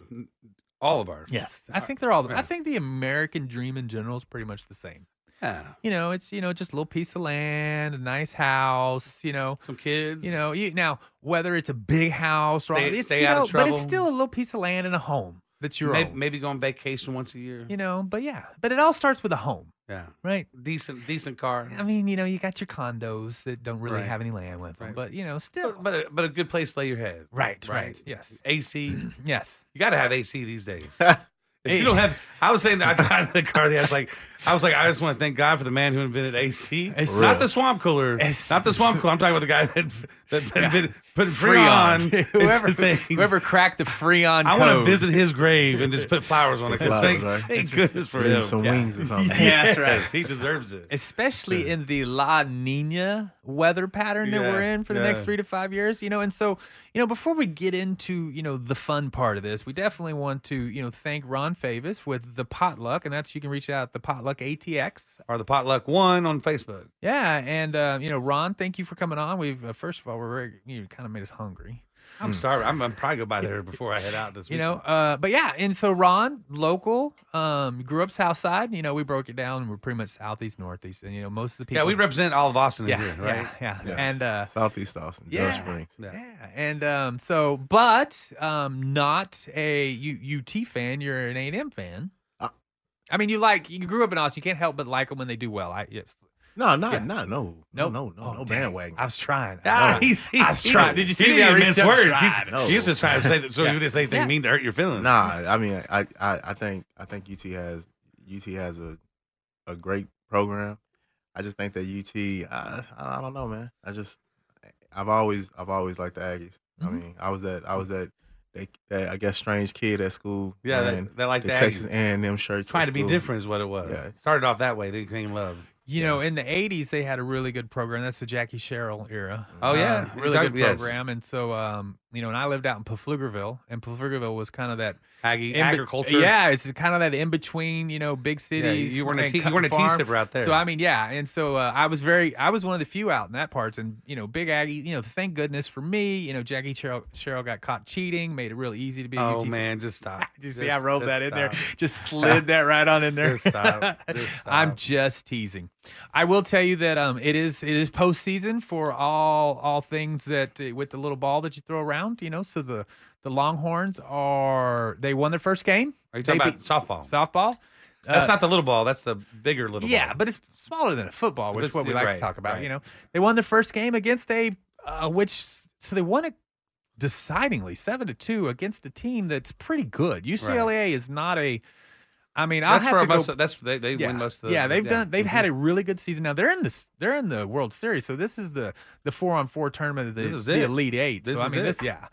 [SPEAKER 3] All of ours.
[SPEAKER 2] Yes. I think they're all, I
[SPEAKER 3] Yeah.
[SPEAKER 2] think the American dream in general is pretty much the same.
[SPEAKER 3] Yeah.
[SPEAKER 2] You know, it's, you know, just a little piece of land, a nice house, you know,
[SPEAKER 3] Some kids.
[SPEAKER 2] you know, you, now whether it's a big house or all-
[SPEAKER 3] Stay-
[SPEAKER 2] it's,
[SPEAKER 3] stay
[SPEAKER 2] you
[SPEAKER 3] out of
[SPEAKER 2] know, but it's
[SPEAKER 3] trouble.
[SPEAKER 2] still a little piece of land and a home that's your
[SPEAKER 3] maybe,
[SPEAKER 2] own.
[SPEAKER 3] maybe go on vacation once a year.
[SPEAKER 2] You know, but yeah, but it all starts with a home,
[SPEAKER 3] Yeah.
[SPEAKER 2] right?
[SPEAKER 3] Decent, decent car.
[SPEAKER 2] I mean, you know, you got your condos that don't really
[SPEAKER 3] Right.
[SPEAKER 2] have any land with them,
[SPEAKER 3] Right.
[SPEAKER 2] but you know, still.
[SPEAKER 3] But, but, a, but a good place to lay your head.
[SPEAKER 2] right, right,
[SPEAKER 3] right.
[SPEAKER 2] Yes,
[SPEAKER 3] AC. You
[SPEAKER 2] yes.
[SPEAKER 3] got to have AC these days. If
[SPEAKER 2] Hey.
[SPEAKER 3] you don't have, I was saying, I got in the car. I was like, I was like, I just want to thank God for the man who invented AC,
[SPEAKER 2] It's-
[SPEAKER 3] not the swamp cooler,
[SPEAKER 2] It's-
[SPEAKER 3] not the swamp cooler. I'm talking about the guy that that, that
[SPEAKER 2] Yeah.
[SPEAKER 3] invented- put Freon. into
[SPEAKER 2] whoever,
[SPEAKER 3] things.
[SPEAKER 2] whoever cracked the Freon.
[SPEAKER 3] I want
[SPEAKER 2] code.
[SPEAKER 3] to visit his grave and just put flowers on it. 'cause
[SPEAKER 4] Flowers,
[SPEAKER 3] thank,
[SPEAKER 4] right?
[SPEAKER 3] thank goodness for
[SPEAKER 4] Leave
[SPEAKER 3] him.
[SPEAKER 4] some
[SPEAKER 2] yeah.
[SPEAKER 4] wings or something.
[SPEAKER 2] Yeah, that's right.
[SPEAKER 3] Yes, He deserves it.
[SPEAKER 2] especially in the La Nina weather pattern that we're
[SPEAKER 3] Yeah,
[SPEAKER 2] in for the next
[SPEAKER 3] yeah.
[SPEAKER 2] three to five years, you know. And so, you know, before we get into you know the fun part of this, we definitely want to you know thank Ron Favis with the potluck, and that's you can reach out at the potluck ATX
[SPEAKER 3] Or the potluck one on Facebook.
[SPEAKER 2] Yeah, and uh, you know, Ron, thank you for coming on. We've uh, first of all, we're very, you kind of made us hungry,
[SPEAKER 3] I'm
[SPEAKER 4] Hmm.
[SPEAKER 3] sorry. I'm, I'm probably going by there before I head out this
[SPEAKER 2] you
[SPEAKER 3] week.
[SPEAKER 2] know. Uh, but yeah, and so Ron, local, um, grew up south side. You know, we broke it down. We're pretty much southeast, northeast, and you know, most of the people.
[SPEAKER 3] yeah, we represent all of Austin
[SPEAKER 2] Yeah,
[SPEAKER 3] here,
[SPEAKER 2] yeah,
[SPEAKER 3] right?
[SPEAKER 2] yeah,
[SPEAKER 4] Yes.
[SPEAKER 2] and uh,
[SPEAKER 4] Southeast Austin,
[SPEAKER 2] yeah.
[SPEAKER 4] Dove Springs.
[SPEAKER 3] Yeah.
[SPEAKER 2] yeah, and um, so, but um, not a U- UT fan. You're an A and M fan.
[SPEAKER 4] Uh.
[SPEAKER 2] I mean, you like you grew up in Austin. You can't help but like them when they do well. I yes,
[SPEAKER 4] No, not
[SPEAKER 2] Yeah.
[SPEAKER 4] not no, no,
[SPEAKER 2] Nope.
[SPEAKER 4] no, no,
[SPEAKER 2] Oh,
[SPEAKER 4] no
[SPEAKER 2] dang.
[SPEAKER 4] bandwagon.
[SPEAKER 2] I was trying.
[SPEAKER 3] Ah,
[SPEAKER 2] I know.
[SPEAKER 3] he's, he's,
[SPEAKER 2] I was trying. Did you see
[SPEAKER 3] he
[SPEAKER 2] me?
[SPEAKER 3] didn't
[SPEAKER 2] I
[SPEAKER 3] even
[SPEAKER 2] reached
[SPEAKER 3] miss
[SPEAKER 2] up,
[SPEAKER 3] words. He's,
[SPEAKER 2] tried.
[SPEAKER 4] No.
[SPEAKER 3] he was just trying to say that so
[SPEAKER 2] Yeah.
[SPEAKER 3] he didn't say anything
[SPEAKER 2] Yeah.
[SPEAKER 3] mean to hurt your feelings.
[SPEAKER 4] Nah, I mean, I, I, I think I think UT has UT has a a great program. I just think that UT, I, I don't know, man. I just I've always I've always liked the Aggies. I
[SPEAKER 2] Mhm.
[SPEAKER 3] Mm-hmm.
[SPEAKER 4] mean, I was that I was that, that, that I guess strange kid at school.
[SPEAKER 3] Yeah,
[SPEAKER 4] wearing
[SPEAKER 3] they, they like
[SPEAKER 4] the
[SPEAKER 3] that.
[SPEAKER 4] Texas A and M shirts. at
[SPEAKER 3] Trying to be
[SPEAKER 4] school.
[SPEAKER 3] different is what it was.
[SPEAKER 4] Yeah.
[SPEAKER 3] Started off that way, then became love.
[SPEAKER 2] You know, in the '80s, they had a really good program. That's the Jackie Sherrill era.
[SPEAKER 3] Mm-hmm.
[SPEAKER 4] Oh,
[SPEAKER 3] yeah.
[SPEAKER 2] really
[SPEAKER 3] Talk-
[SPEAKER 2] good
[SPEAKER 3] yes.
[SPEAKER 2] program. And so, um, you know, and I lived out in Pflugerville, and Pflugerville was kind of that
[SPEAKER 3] Aggie
[SPEAKER 2] in be-
[SPEAKER 3] agriculture.
[SPEAKER 2] Yeah, it's kind of that in between, you know, big
[SPEAKER 3] Yeah,
[SPEAKER 2] cities.
[SPEAKER 3] you weren't a
[SPEAKER 2] and
[SPEAKER 3] T- you
[SPEAKER 2] cotton
[SPEAKER 3] weren't a T
[SPEAKER 2] farm.
[SPEAKER 3] sipper out there.
[SPEAKER 2] So I mean, yeah, and so uh, I was very, I was one of the few out in that parts, and you know, Big Aggie, you know, thank goodness for me, you know, Jackie Sherrill, Sherrill got caught cheating, made it real easy to be. a
[SPEAKER 3] oh
[SPEAKER 2] UT fan.
[SPEAKER 3] man, just stop.
[SPEAKER 2] Did you see I rolled
[SPEAKER 3] just
[SPEAKER 2] that in there?
[SPEAKER 3] stop.
[SPEAKER 2] Just slid that right on in there.
[SPEAKER 3] Just stop. Just
[SPEAKER 2] I'm
[SPEAKER 3] stop.
[SPEAKER 2] just teasing. I will tell you that um, it is it is postseason for all all things that uh, with the little ball that you throw around, you know. So the the Longhorns are they won their first game
[SPEAKER 3] Are you talking
[SPEAKER 2] They
[SPEAKER 3] about softball?
[SPEAKER 2] softball.
[SPEAKER 3] Oh. that's
[SPEAKER 2] Uh,
[SPEAKER 3] not the little ball. That's the bigger little
[SPEAKER 2] yeah,
[SPEAKER 3] ball.
[SPEAKER 2] but it's smaller than a football, which is
[SPEAKER 3] That's-
[SPEAKER 2] what we like to
[SPEAKER 3] right,
[SPEAKER 2] talk about.
[SPEAKER 3] right.
[SPEAKER 2] You know, they won their first game against a uh, which so they won it decidingly seven to two against a team that's pretty good. UCLA is not a. I mean, I'll
[SPEAKER 3] that's
[SPEAKER 2] have
[SPEAKER 3] where
[SPEAKER 2] to go.
[SPEAKER 3] most of- that's they, they
[SPEAKER 2] yeah,
[SPEAKER 3] win most of the. mm-hmm.
[SPEAKER 2] yeah, they've done. They've had a really good season. Now they're in this. They're in the World Series. So this is the the four on four tournament. Of the,
[SPEAKER 3] This is
[SPEAKER 2] the
[SPEAKER 3] it.
[SPEAKER 2] Elite Eight.
[SPEAKER 3] This
[SPEAKER 2] so I
[SPEAKER 3] is
[SPEAKER 2] mean,
[SPEAKER 3] it.
[SPEAKER 2] this yeah.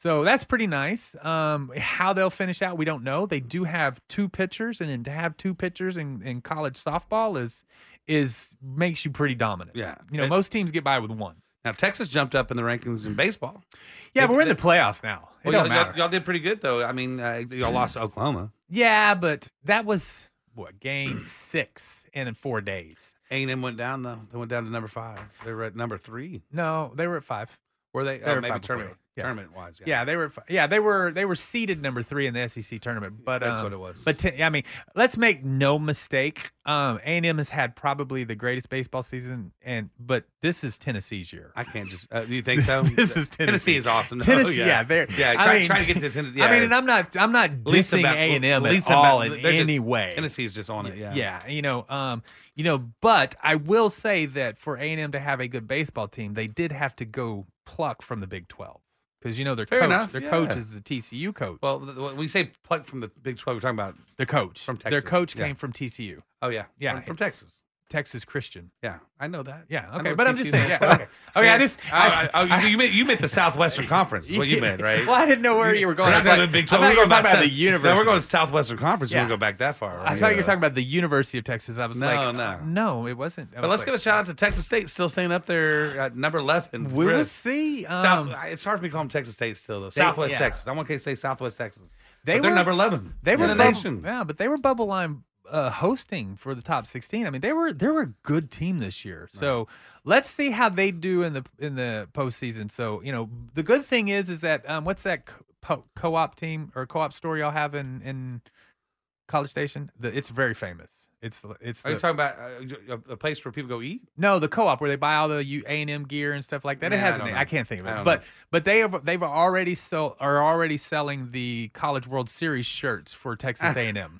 [SPEAKER 2] So that's pretty nice. Um, how they'll finish out, we don't know. They do have two pitchers, and then to have two pitchers in, in college softball is is makes you pretty dominant.
[SPEAKER 3] Yeah.
[SPEAKER 2] you know,
[SPEAKER 3] It-
[SPEAKER 2] most teams get by with one.
[SPEAKER 3] Mm-hmm. Now Texas jumped up in the rankings in baseball.
[SPEAKER 2] Yeah,
[SPEAKER 3] They-
[SPEAKER 2] but we're in the
[SPEAKER 3] they-
[SPEAKER 2] playoffs now. It don't
[SPEAKER 3] Well, y'all, y'all,
[SPEAKER 2] matter. Mm.
[SPEAKER 3] y'all did pretty good though. I mean, uh, y'all lost to Oklahoma.
[SPEAKER 2] yeah, but that was what game six in four days.
[SPEAKER 3] A and M went down though. They went down to number five. They were at number three.
[SPEAKER 2] No, they were at five.
[SPEAKER 3] Were they?
[SPEAKER 2] They
[SPEAKER 3] Oh,
[SPEAKER 2] were
[SPEAKER 3] maybe
[SPEAKER 2] five before
[SPEAKER 3] tournament,
[SPEAKER 2] you. Yeah.
[SPEAKER 3] tournament wise.
[SPEAKER 2] Yeah, they were. Yeah, they were. They were seeded number three in the SEC tournament. But
[SPEAKER 3] that's
[SPEAKER 2] um,
[SPEAKER 3] what it was.
[SPEAKER 2] But t- I mean, let's make no mistake. Um, A&M has had probably the greatest baseball season, and but this is Tennessee's year.
[SPEAKER 3] I can't just. Uh, do you think so?
[SPEAKER 2] This is Tennessee.
[SPEAKER 3] is awesome. though.
[SPEAKER 2] Tennessee, yeah, they're
[SPEAKER 3] yeah.
[SPEAKER 2] I
[SPEAKER 3] Try,
[SPEAKER 2] mean-
[SPEAKER 3] try to get to Tennessee.
[SPEAKER 2] I mean,
[SPEAKER 3] yeah.
[SPEAKER 2] and I'm not. I'm not
[SPEAKER 3] Leaps and
[SPEAKER 2] dissing
[SPEAKER 3] bound-
[SPEAKER 2] A and M
[SPEAKER 3] leaps
[SPEAKER 2] at
[SPEAKER 3] and
[SPEAKER 2] all
[SPEAKER 3] bound-
[SPEAKER 2] in
[SPEAKER 3] they're just-
[SPEAKER 2] any way.
[SPEAKER 3] Tennessee's just on it. Yeah.
[SPEAKER 2] yeah, you know, um, you know, but I will say that for A and M to have a good baseball team, they did have to go pluck from the Big Twelve because you know their
[SPEAKER 3] Fair
[SPEAKER 2] coach,
[SPEAKER 3] enough,
[SPEAKER 2] their
[SPEAKER 3] yeah.
[SPEAKER 2] coach is the TCU coach.
[SPEAKER 3] Well, th- when we say pluck from the Big Twelve. We're talking about.
[SPEAKER 2] their coach
[SPEAKER 3] from
[SPEAKER 2] Their
[SPEAKER 3] Texas,
[SPEAKER 2] coach
[SPEAKER 3] yeah.
[SPEAKER 2] came from TCU,
[SPEAKER 3] Oh yeah,
[SPEAKER 2] Yeah.
[SPEAKER 3] From, from Texas.
[SPEAKER 2] Texas Christian.
[SPEAKER 3] Yeah, I know that.
[SPEAKER 2] Yeah,
[SPEAKER 3] I know
[SPEAKER 2] okay,
[SPEAKER 3] what
[SPEAKER 2] but I'm just
[SPEAKER 3] TCU
[SPEAKER 2] saying.
[SPEAKER 3] is.
[SPEAKER 2] Yeah, okay, okay. I just
[SPEAKER 3] I, I, oh, you, you meant you meant the Southwestern Conference. Is what you meant, right?
[SPEAKER 2] well, I didn't know where you were going.
[SPEAKER 3] We're
[SPEAKER 2] I was
[SPEAKER 3] not talking
[SPEAKER 2] like-
[SPEAKER 3] about Big
[SPEAKER 2] I thought
[SPEAKER 3] Twelve. We're
[SPEAKER 2] you were
[SPEAKER 3] going
[SPEAKER 2] talking about
[SPEAKER 3] South-
[SPEAKER 2] the
[SPEAKER 3] No,
[SPEAKER 2] universe.
[SPEAKER 3] we're going to Southwestern Conference.
[SPEAKER 2] Yeah.
[SPEAKER 3] We'll go back that far.
[SPEAKER 2] I
[SPEAKER 3] Right?
[SPEAKER 2] thought you were
[SPEAKER 3] Yeah.
[SPEAKER 2] talking about the University of Texas. I was
[SPEAKER 3] No,
[SPEAKER 2] like,
[SPEAKER 3] no.
[SPEAKER 2] uh, no, it wasn't. I
[SPEAKER 3] But
[SPEAKER 2] was
[SPEAKER 3] let's
[SPEAKER 2] like,
[SPEAKER 3] give a shout out to Texas State, still staying up there at number eleven.
[SPEAKER 2] We will
[SPEAKER 3] Chris.
[SPEAKER 2] see.
[SPEAKER 3] South,
[SPEAKER 2] Um,
[SPEAKER 3] I- it's hard for me to call them Texas State still though. Southwest
[SPEAKER 2] yeah.
[SPEAKER 3] Texas. I want to say Southwest Texas.
[SPEAKER 2] They
[SPEAKER 3] They are
[SPEAKER 2] were-
[SPEAKER 3] number eleven.
[SPEAKER 2] They were
[SPEAKER 3] in the
[SPEAKER 2] bubble-
[SPEAKER 3] nation.
[SPEAKER 2] Yeah, but they were bubble line uh, hosting for the top 16. I mean, they were they were a good team this year. So let's see how they do in the in the postseason. So you know, the good thing is is that um, what's that co- op team or co op store y'all have in in College Station? The, it's very famous. It's it's
[SPEAKER 3] Are you
[SPEAKER 2] the-
[SPEAKER 3] talking about uh, a- a place where people go eat?
[SPEAKER 2] no, the co-op where they buy all the U A and M gear and stuff like that. it
[SPEAKER 3] Man, I
[SPEAKER 2] has a
[SPEAKER 3] don't
[SPEAKER 2] name.
[SPEAKER 3] know.
[SPEAKER 2] I can't think of
[SPEAKER 3] I
[SPEAKER 2] it.
[SPEAKER 3] don't
[SPEAKER 2] But
[SPEAKER 3] know.
[SPEAKER 2] but they have they've already so are already selling the College World Series shirts for Texas A and M.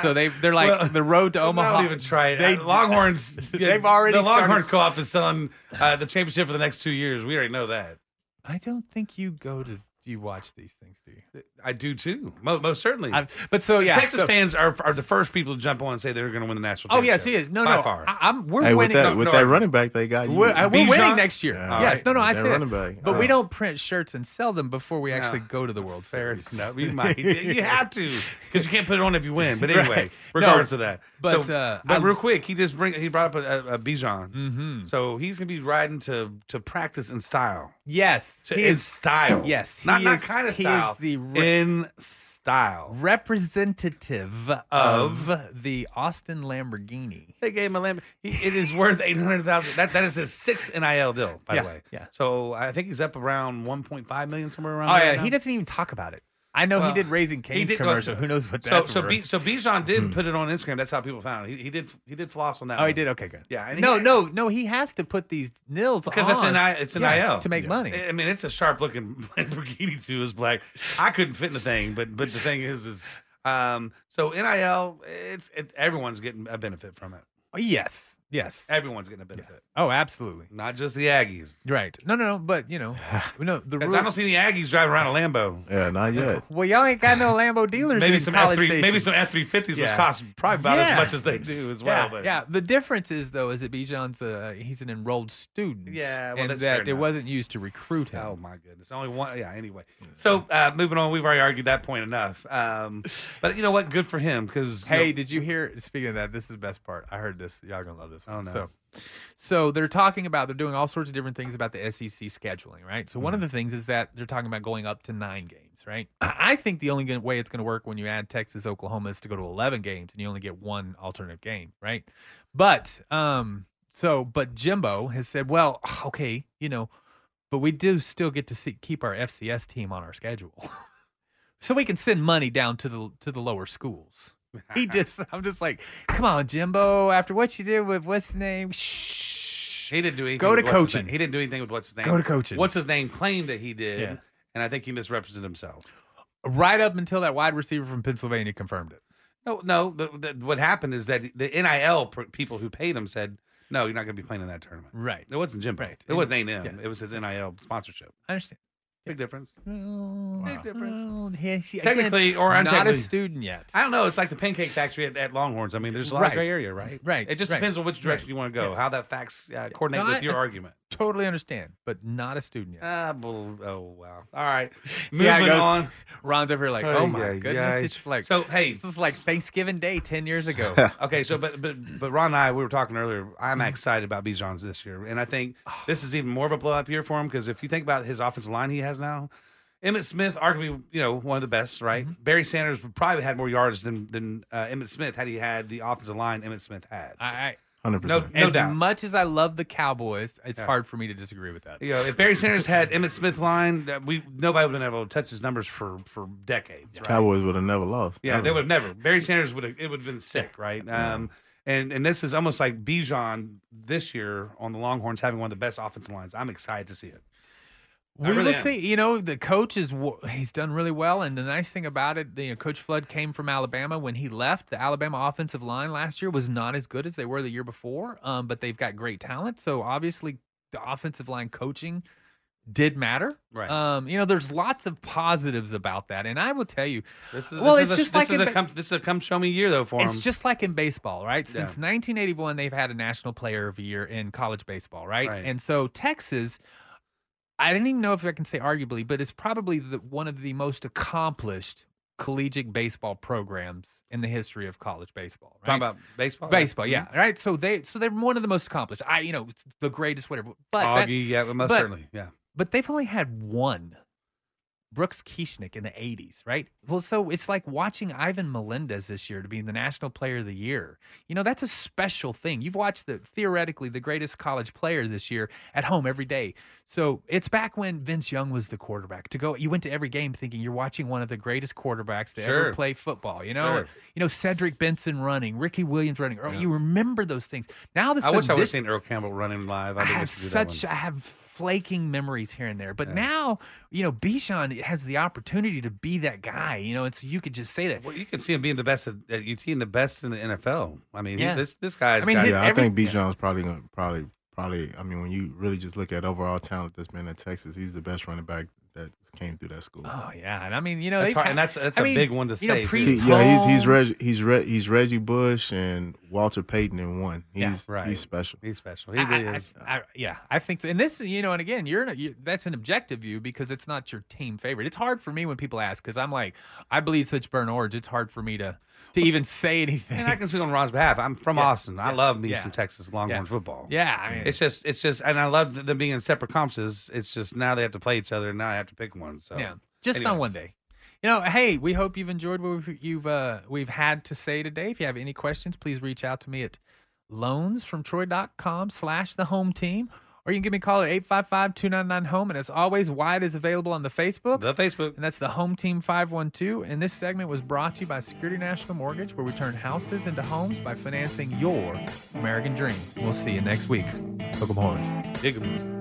[SPEAKER 2] So they they're like
[SPEAKER 3] Well,
[SPEAKER 2] the road to
[SPEAKER 3] I
[SPEAKER 2] Omaha.
[SPEAKER 3] don't even try it.
[SPEAKER 2] They-
[SPEAKER 3] Uh, Longhorns.
[SPEAKER 2] They've already
[SPEAKER 3] the Longhorn
[SPEAKER 2] started-
[SPEAKER 3] co-op is selling uh, the championship for the next two years. We already know that.
[SPEAKER 2] I don't think you go to you watch these things, do you?
[SPEAKER 3] I do too. Most, most certainly.
[SPEAKER 2] I, but so yeah,
[SPEAKER 3] Texas
[SPEAKER 2] so-
[SPEAKER 3] fans are, are the first people to jump on and say they're going to win the national.
[SPEAKER 2] Oh yes,
[SPEAKER 3] championship.
[SPEAKER 2] he is. No,
[SPEAKER 3] by
[SPEAKER 2] no,
[SPEAKER 3] far.
[SPEAKER 2] I, I'm we're
[SPEAKER 4] Hey, with
[SPEAKER 2] winning.
[SPEAKER 4] that
[SPEAKER 2] no,
[SPEAKER 3] no,
[SPEAKER 4] with
[SPEAKER 3] no, I-
[SPEAKER 4] that running back they got, you,
[SPEAKER 2] we're, uh, we're
[SPEAKER 3] Bijan?
[SPEAKER 2] winning next year.
[SPEAKER 4] Yeah.
[SPEAKER 2] yes, no, no, I
[SPEAKER 4] That
[SPEAKER 2] said,
[SPEAKER 4] running back.
[SPEAKER 2] but we
[SPEAKER 4] Uh,
[SPEAKER 2] don't print shirts and sell them before we
[SPEAKER 3] No.
[SPEAKER 2] actually go to the World
[SPEAKER 3] Fair
[SPEAKER 2] Series.
[SPEAKER 3] enough. You might. You have to because you can't put it on if you win. But anyway,
[SPEAKER 2] Right. No,
[SPEAKER 3] regardless of that.
[SPEAKER 2] but,
[SPEAKER 3] So-
[SPEAKER 2] uh,
[SPEAKER 3] but
[SPEAKER 2] I'm-
[SPEAKER 3] real quick, he just bring he brought up a, a, a Bijan,
[SPEAKER 2] Mm-hmm.
[SPEAKER 3] so he's going to be riding to to practice in style.
[SPEAKER 2] Yes,
[SPEAKER 3] To,
[SPEAKER 2] he
[SPEAKER 3] in
[SPEAKER 2] is
[SPEAKER 3] style.
[SPEAKER 2] yes,
[SPEAKER 3] not
[SPEAKER 2] he
[SPEAKER 3] not
[SPEAKER 2] is-
[SPEAKER 3] kind of
[SPEAKER 2] he is
[SPEAKER 3] style.
[SPEAKER 2] the re-
[SPEAKER 3] in style.
[SPEAKER 2] representative of, the Austin Lamborghini.
[SPEAKER 3] They gave him a Lamborghini. It is worth eight hundred thousand. That that is his sixth NIL deal, by
[SPEAKER 2] Yeah,
[SPEAKER 3] the way.
[SPEAKER 2] yeah.
[SPEAKER 3] So I think he's up around one point five million somewhere around.
[SPEAKER 2] Oh
[SPEAKER 3] there
[SPEAKER 2] yeah,
[SPEAKER 3] now.
[SPEAKER 2] he doesn't even talk about it. I know
[SPEAKER 3] Well,
[SPEAKER 2] he did Raising
[SPEAKER 3] He
[SPEAKER 2] Cane's
[SPEAKER 3] did-
[SPEAKER 2] commercial.
[SPEAKER 3] well,
[SPEAKER 2] Who knows what
[SPEAKER 3] So
[SPEAKER 2] that's
[SPEAKER 3] so
[SPEAKER 2] worth. Hmm.
[SPEAKER 3] B, so Bijan did put it on Instagram. That's how people found it. He, he did he did floss on that.
[SPEAKER 2] Oh, he
[SPEAKER 3] one.
[SPEAKER 2] did. Okay, good.
[SPEAKER 3] Yeah, and he-
[SPEAKER 2] No, no, no. He has to put these nils
[SPEAKER 3] because
[SPEAKER 2] on
[SPEAKER 3] that's an I, it's an
[SPEAKER 2] yeah,
[SPEAKER 3] IL
[SPEAKER 2] to make
[SPEAKER 4] Yeah.
[SPEAKER 2] money.
[SPEAKER 3] I mean, it's a sharp looking Lamborghini too. Is black. I couldn't fit in the thing, but but the thing is is um so NIL. It's it, everyone's getting a benefit from it.
[SPEAKER 2] Oh, yes, yes.
[SPEAKER 3] Everyone's getting a benefit,
[SPEAKER 2] oh, absolutely.
[SPEAKER 3] not just the Aggies.
[SPEAKER 2] Right. No, no, no. But you know, no. The
[SPEAKER 3] Because I
[SPEAKER 2] rule.
[SPEAKER 3] don't see the Aggies driving around a Lambo.
[SPEAKER 4] Yeah, not yet.
[SPEAKER 2] Well, y'all ain't got no Lambo dealers
[SPEAKER 3] maybe
[SPEAKER 2] in
[SPEAKER 3] some F
[SPEAKER 2] College
[SPEAKER 3] three,
[SPEAKER 2] Station.
[SPEAKER 3] maybe some F three fifties, which
[SPEAKER 2] Yeah.
[SPEAKER 3] cost probably about
[SPEAKER 2] Yeah.
[SPEAKER 3] as much as they do as well.
[SPEAKER 2] yeah,
[SPEAKER 3] but
[SPEAKER 2] yeah. The difference is though is that Bijan's a he's an enrolled student.
[SPEAKER 3] Yeah, well,
[SPEAKER 2] and
[SPEAKER 3] that's
[SPEAKER 2] that
[SPEAKER 3] fair
[SPEAKER 2] it
[SPEAKER 3] enough.
[SPEAKER 2] wasn't used to recruit him.
[SPEAKER 3] Oh my goodness, only one. Yeah. Anyway, so uh, moving on, we've already argued that point enough. Um, but you know what? Good for him because
[SPEAKER 2] Hey, did you hear? Speaking of that, this is the best part. I heard this. Y'all gonna love this.
[SPEAKER 3] Oh,
[SPEAKER 2] one.
[SPEAKER 3] no.
[SPEAKER 2] So, so they're talking about they're doing all sorts of different things about the SEC scheduling, right? So one
[SPEAKER 3] Mm-hmm.
[SPEAKER 2] of the things is that they're talking about going up to nine games, right? I I think the only gonna- way it's going to work when you add Texas, Oklahoma is to go to eleven games, and you only get one alternate game, right? But um, so but Jimbo has said, well, ah, okay, you know, but we do still get to see, keep our FCS team on our schedule. So we can send money down to the to the lower schools. He just, I'm just like, come on, Jimbo. After what you did with what's his name, shh,
[SPEAKER 3] he didn't do anything.
[SPEAKER 2] Go to
[SPEAKER 3] with what's his
[SPEAKER 2] coaching.
[SPEAKER 3] name. He didn't do anything with what's his name.
[SPEAKER 2] Go to coaching.
[SPEAKER 3] What's his name claimed that he did,
[SPEAKER 2] Yeah.
[SPEAKER 3] and I think he misrepresented himself.
[SPEAKER 2] right up until that wide receiver from Pennsylvania confirmed it.
[SPEAKER 3] No, no. The, the, what happened is that the NIL pr- people who paid him said, "No, you're not going to be playing in that tournament."
[SPEAKER 2] Right,
[SPEAKER 3] It wasn't Jim.
[SPEAKER 2] Right.
[SPEAKER 3] It wasn't A&M.
[SPEAKER 2] Yeah.
[SPEAKER 3] It was his NIL sponsorship.
[SPEAKER 2] I understand.
[SPEAKER 3] Big difference.
[SPEAKER 2] Big
[SPEAKER 3] difference.
[SPEAKER 2] Technically,
[SPEAKER 3] Technically or
[SPEAKER 2] not a
[SPEAKER 3] untechnically.
[SPEAKER 2] student yet.
[SPEAKER 3] I don't know. It's like the pancake factory at, at Longhorns. I mean, there's a lot
[SPEAKER 2] Right.
[SPEAKER 3] of gray area, right?
[SPEAKER 2] Right,
[SPEAKER 3] It just
[SPEAKER 2] right,
[SPEAKER 3] depends on which direction
[SPEAKER 2] right.
[SPEAKER 3] you want to go,
[SPEAKER 2] Yes.
[SPEAKER 3] how that facts uh, coordinate
[SPEAKER 2] No,
[SPEAKER 3] with
[SPEAKER 2] I- Uh,
[SPEAKER 3] your argument.
[SPEAKER 2] totally understand, but not a student yet.
[SPEAKER 3] Ah, bull- oh wow. All right,
[SPEAKER 2] See how it
[SPEAKER 3] moving
[SPEAKER 2] goes?
[SPEAKER 3] on.
[SPEAKER 2] Ron's over here like, oh,
[SPEAKER 3] Ay,
[SPEAKER 2] my
[SPEAKER 3] ay,
[SPEAKER 2] goodness,
[SPEAKER 3] ay.
[SPEAKER 2] it's like
[SPEAKER 3] So, hey,
[SPEAKER 2] this is like Thanksgiving Day ten years ago.
[SPEAKER 3] Okay, so but but but Ron and I we were talking earlier.
[SPEAKER 2] Mm-hmm.
[SPEAKER 3] I'm excited about Bijan's this year, and I think this is even more of a blow up year for him because if you think about his offensive line he has now, Emmett Smith arguably you know one of the best, right?
[SPEAKER 2] Mm-hmm.
[SPEAKER 3] Barry Sanders would probably had more yards than than uh, Emmett Smith had he had the offensive line Emmett Smith had.
[SPEAKER 2] I, I
[SPEAKER 4] hundred percent.
[SPEAKER 3] No
[SPEAKER 2] as
[SPEAKER 3] doubt.
[SPEAKER 2] much as I love the Cowboys, it's
[SPEAKER 3] Yeah.
[SPEAKER 2] hard for me to disagree with that.
[SPEAKER 3] You know, if Barry Sanders had Emmett Smith line, that we nobody would have been able to touch his numbers for for decades. Right?
[SPEAKER 4] Cowboys would have never lost.
[SPEAKER 3] Yeah,
[SPEAKER 4] Never.
[SPEAKER 3] they would have never. Barry Sanders would have. It would have been sick, right? Um, and and this is almost like Bijan this year on the Longhorns having one of the best offensive lines. I'm excited to see it. I
[SPEAKER 2] We
[SPEAKER 3] really
[SPEAKER 2] will
[SPEAKER 3] am.
[SPEAKER 2] see. You know, the coach is wo- he's done really well, and the nice thing about it, the, you know, Coach Flood came from Alabama. When he left, the Alabama offensive line last year was not as good as they were the year before. Um, but they've got great talent, so obviously the offensive line coaching did matter.
[SPEAKER 3] Right.
[SPEAKER 2] Um, you know, there's lots of positives about that, and I will tell you,
[SPEAKER 3] This is
[SPEAKER 2] Well,
[SPEAKER 3] this
[SPEAKER 2] it's
[SPEAKER 3] is a,
[SPEAKER 2] just
[SPEAKER 3] this
[SPEAKER 2] like
[SPEAKER 3] is
[SPEAKER 2] in
[SPEAKER 3] a
[SPEAKER 2] ba-
[SPEAKER 3] come this is a come show me year though for him.
[SPEAKER 2] It's just like in baseball, right? Since
[SPEAKER 3] Yeah.
[SPEAKER 2] 1981, they've had a National Player of the Year in college baseball, right?
[SPEAKER 3] Right.
[SPEAKER 2] And so Texas, I didn't even know if I can say arguably, but it's probably the, one of the most accomplished collegiate baseball programs in the history of college baseball. Right?
[SPEAKER 3] talking about oh, baseball.
[SPEAKER 2] baseball, yeah, right. So they, so they're one of the most accomplished. I, you know, it's the greatest, whatever. But that-
[SPEAKER 3] Augie, yeah, most
[SPEAKER 2] but-
[SPEAKER 3] certainly, yeah.
[SPEAKER 2] but they've only had one Brooks Kieschnick in the 80s, right? Well, so it's like watching Ivan Melendez this year to be the National Player of the Year. You know, that's a special thing. You've watched the theoretically the greatest college player this year at home every day. So it's back when Vince Young was the quarterback. To go, you went to every game thinking you're watching one of the greatest quarterbacks to
[SPEAKER 3] Sure.
[SPEAKER 2] ever play football. You know,
[SPEAKER 3] Sure.
[SPEAKER 2] you know Cedric Benson running, Ricky Williams running. Or
[SPEAKER 3] Yeah.
[SPEAKER 2] you remember those things. Now this
[SPEAKER 3] I wish I would have
[SPEAKER 2] this,
[SPEAKER 3] seen Earl Campbell running live.
[SPEAKER 2] I
[SPEAKER 3] think we
[SPEAKER 2] have
[SPEAKER 3] should do that
[SPEAKER 2] such
[SPEAKER 3] one.
[SPEAKER 2] I have flaking memories here and there. But
[SPEAKER 3] Yeah.
[SPEAKER 2] now, you know, Bijan has the opportunity to be that guy, you know, and so you could just say that.
[SPEAKER 3] Well, you can see him being the best at, at UT and the best in the NFL. I mean, he-
[SPEAKER 2] Yeah.
[SPEAKER 3] this this guy.
[SPEAKER 2] I mean, his-
[SPEAKER 4] yeah, I think
[SPEAKER 2] everything-
[SPEAKER 4] Bijan's probably gonna probably probably. I mean, when you really just look at overall talent that's been at Texas, he's the best running back that came through that school.
[SPEAKER 2] Oh yeah. And I mean, you know,
[SPEAKER 3] that's
[SPEAKER 2] they've
[SPEAKER 3] hard,
[SPEAKER 2] had-
[SPEAKER 3] and that's that's
[SPEAKER 2] I
[SPEAKER 3] a
[SPEAKER 2] mean,
[SPEAKER 3] big one to
[SPEAKER 2] you know,
[SPEAKER 3] say. too.
[SPEAKER 2] Priest-
[SPEAKER 4] yeah, he's he's
[SPEAKER 2] Holmes.
[SPEAKER 4] Reg, he's Re, he's Reggie Bush and Walter Payton in one. He's
[SPEAKER 2] Yeah,
[SPEAKER 3] right.
[SPEAKER 4] he's special.
[SPEAKER 3] he's special. He
[SPEAKER 2] I-
[SPEAKER 3] really
[SPEAKER 2] I, I-
[SPEAKER 3] is.
[SPEAKER 2] I- yeah, I think, so. and this, you know, and again, you're, in a- you that's an objective view because it's not your team favorite. It's hard for me when people ask because I'm like, I bleed such burn orange. It's hard for me to, to even say anything.
[SPEAKER 3] and I can speak on Ron's behalf. I'm from
[SPEAKER 2] Yeah.
[SPEAKER 3] Austin. I love me
[SPEAKER 2] Yeah.
[SPEAKER 3] some Texas Longhorn
[SPEAKER 2] Yeah.
[SPEAKER 3] football.
[SPEAKER 2] yeah, I mean,
[SPEAKER 3] It's just, it's just, and I love th- them being in separate conferences. It's just now they have to play each other, and now I have to pick one. So
[SPEAKER 2] Yeah, just on
[SPEAKER 3] anyway.
[SPEAKER 2] one day. You know, hey, we hope you've enjoyed what we've, you've uh, we've had to say today. If you have any questions, please reach out to me at loansfromtroy.com slash the home team, or you can give me a call at 855-299-HOME. And as always, Wyatt is available on the Facebook.
[SPEAKER 3] the Facebook.
[SPEAKER 2] And that's the Home Team 512. And this segment was brought to you by Security National Mortgage, where we turn houses into homes by financing your American dream. We'll see you next week. Hook 'em horns.
[SPEAKER 3] Dig 'em.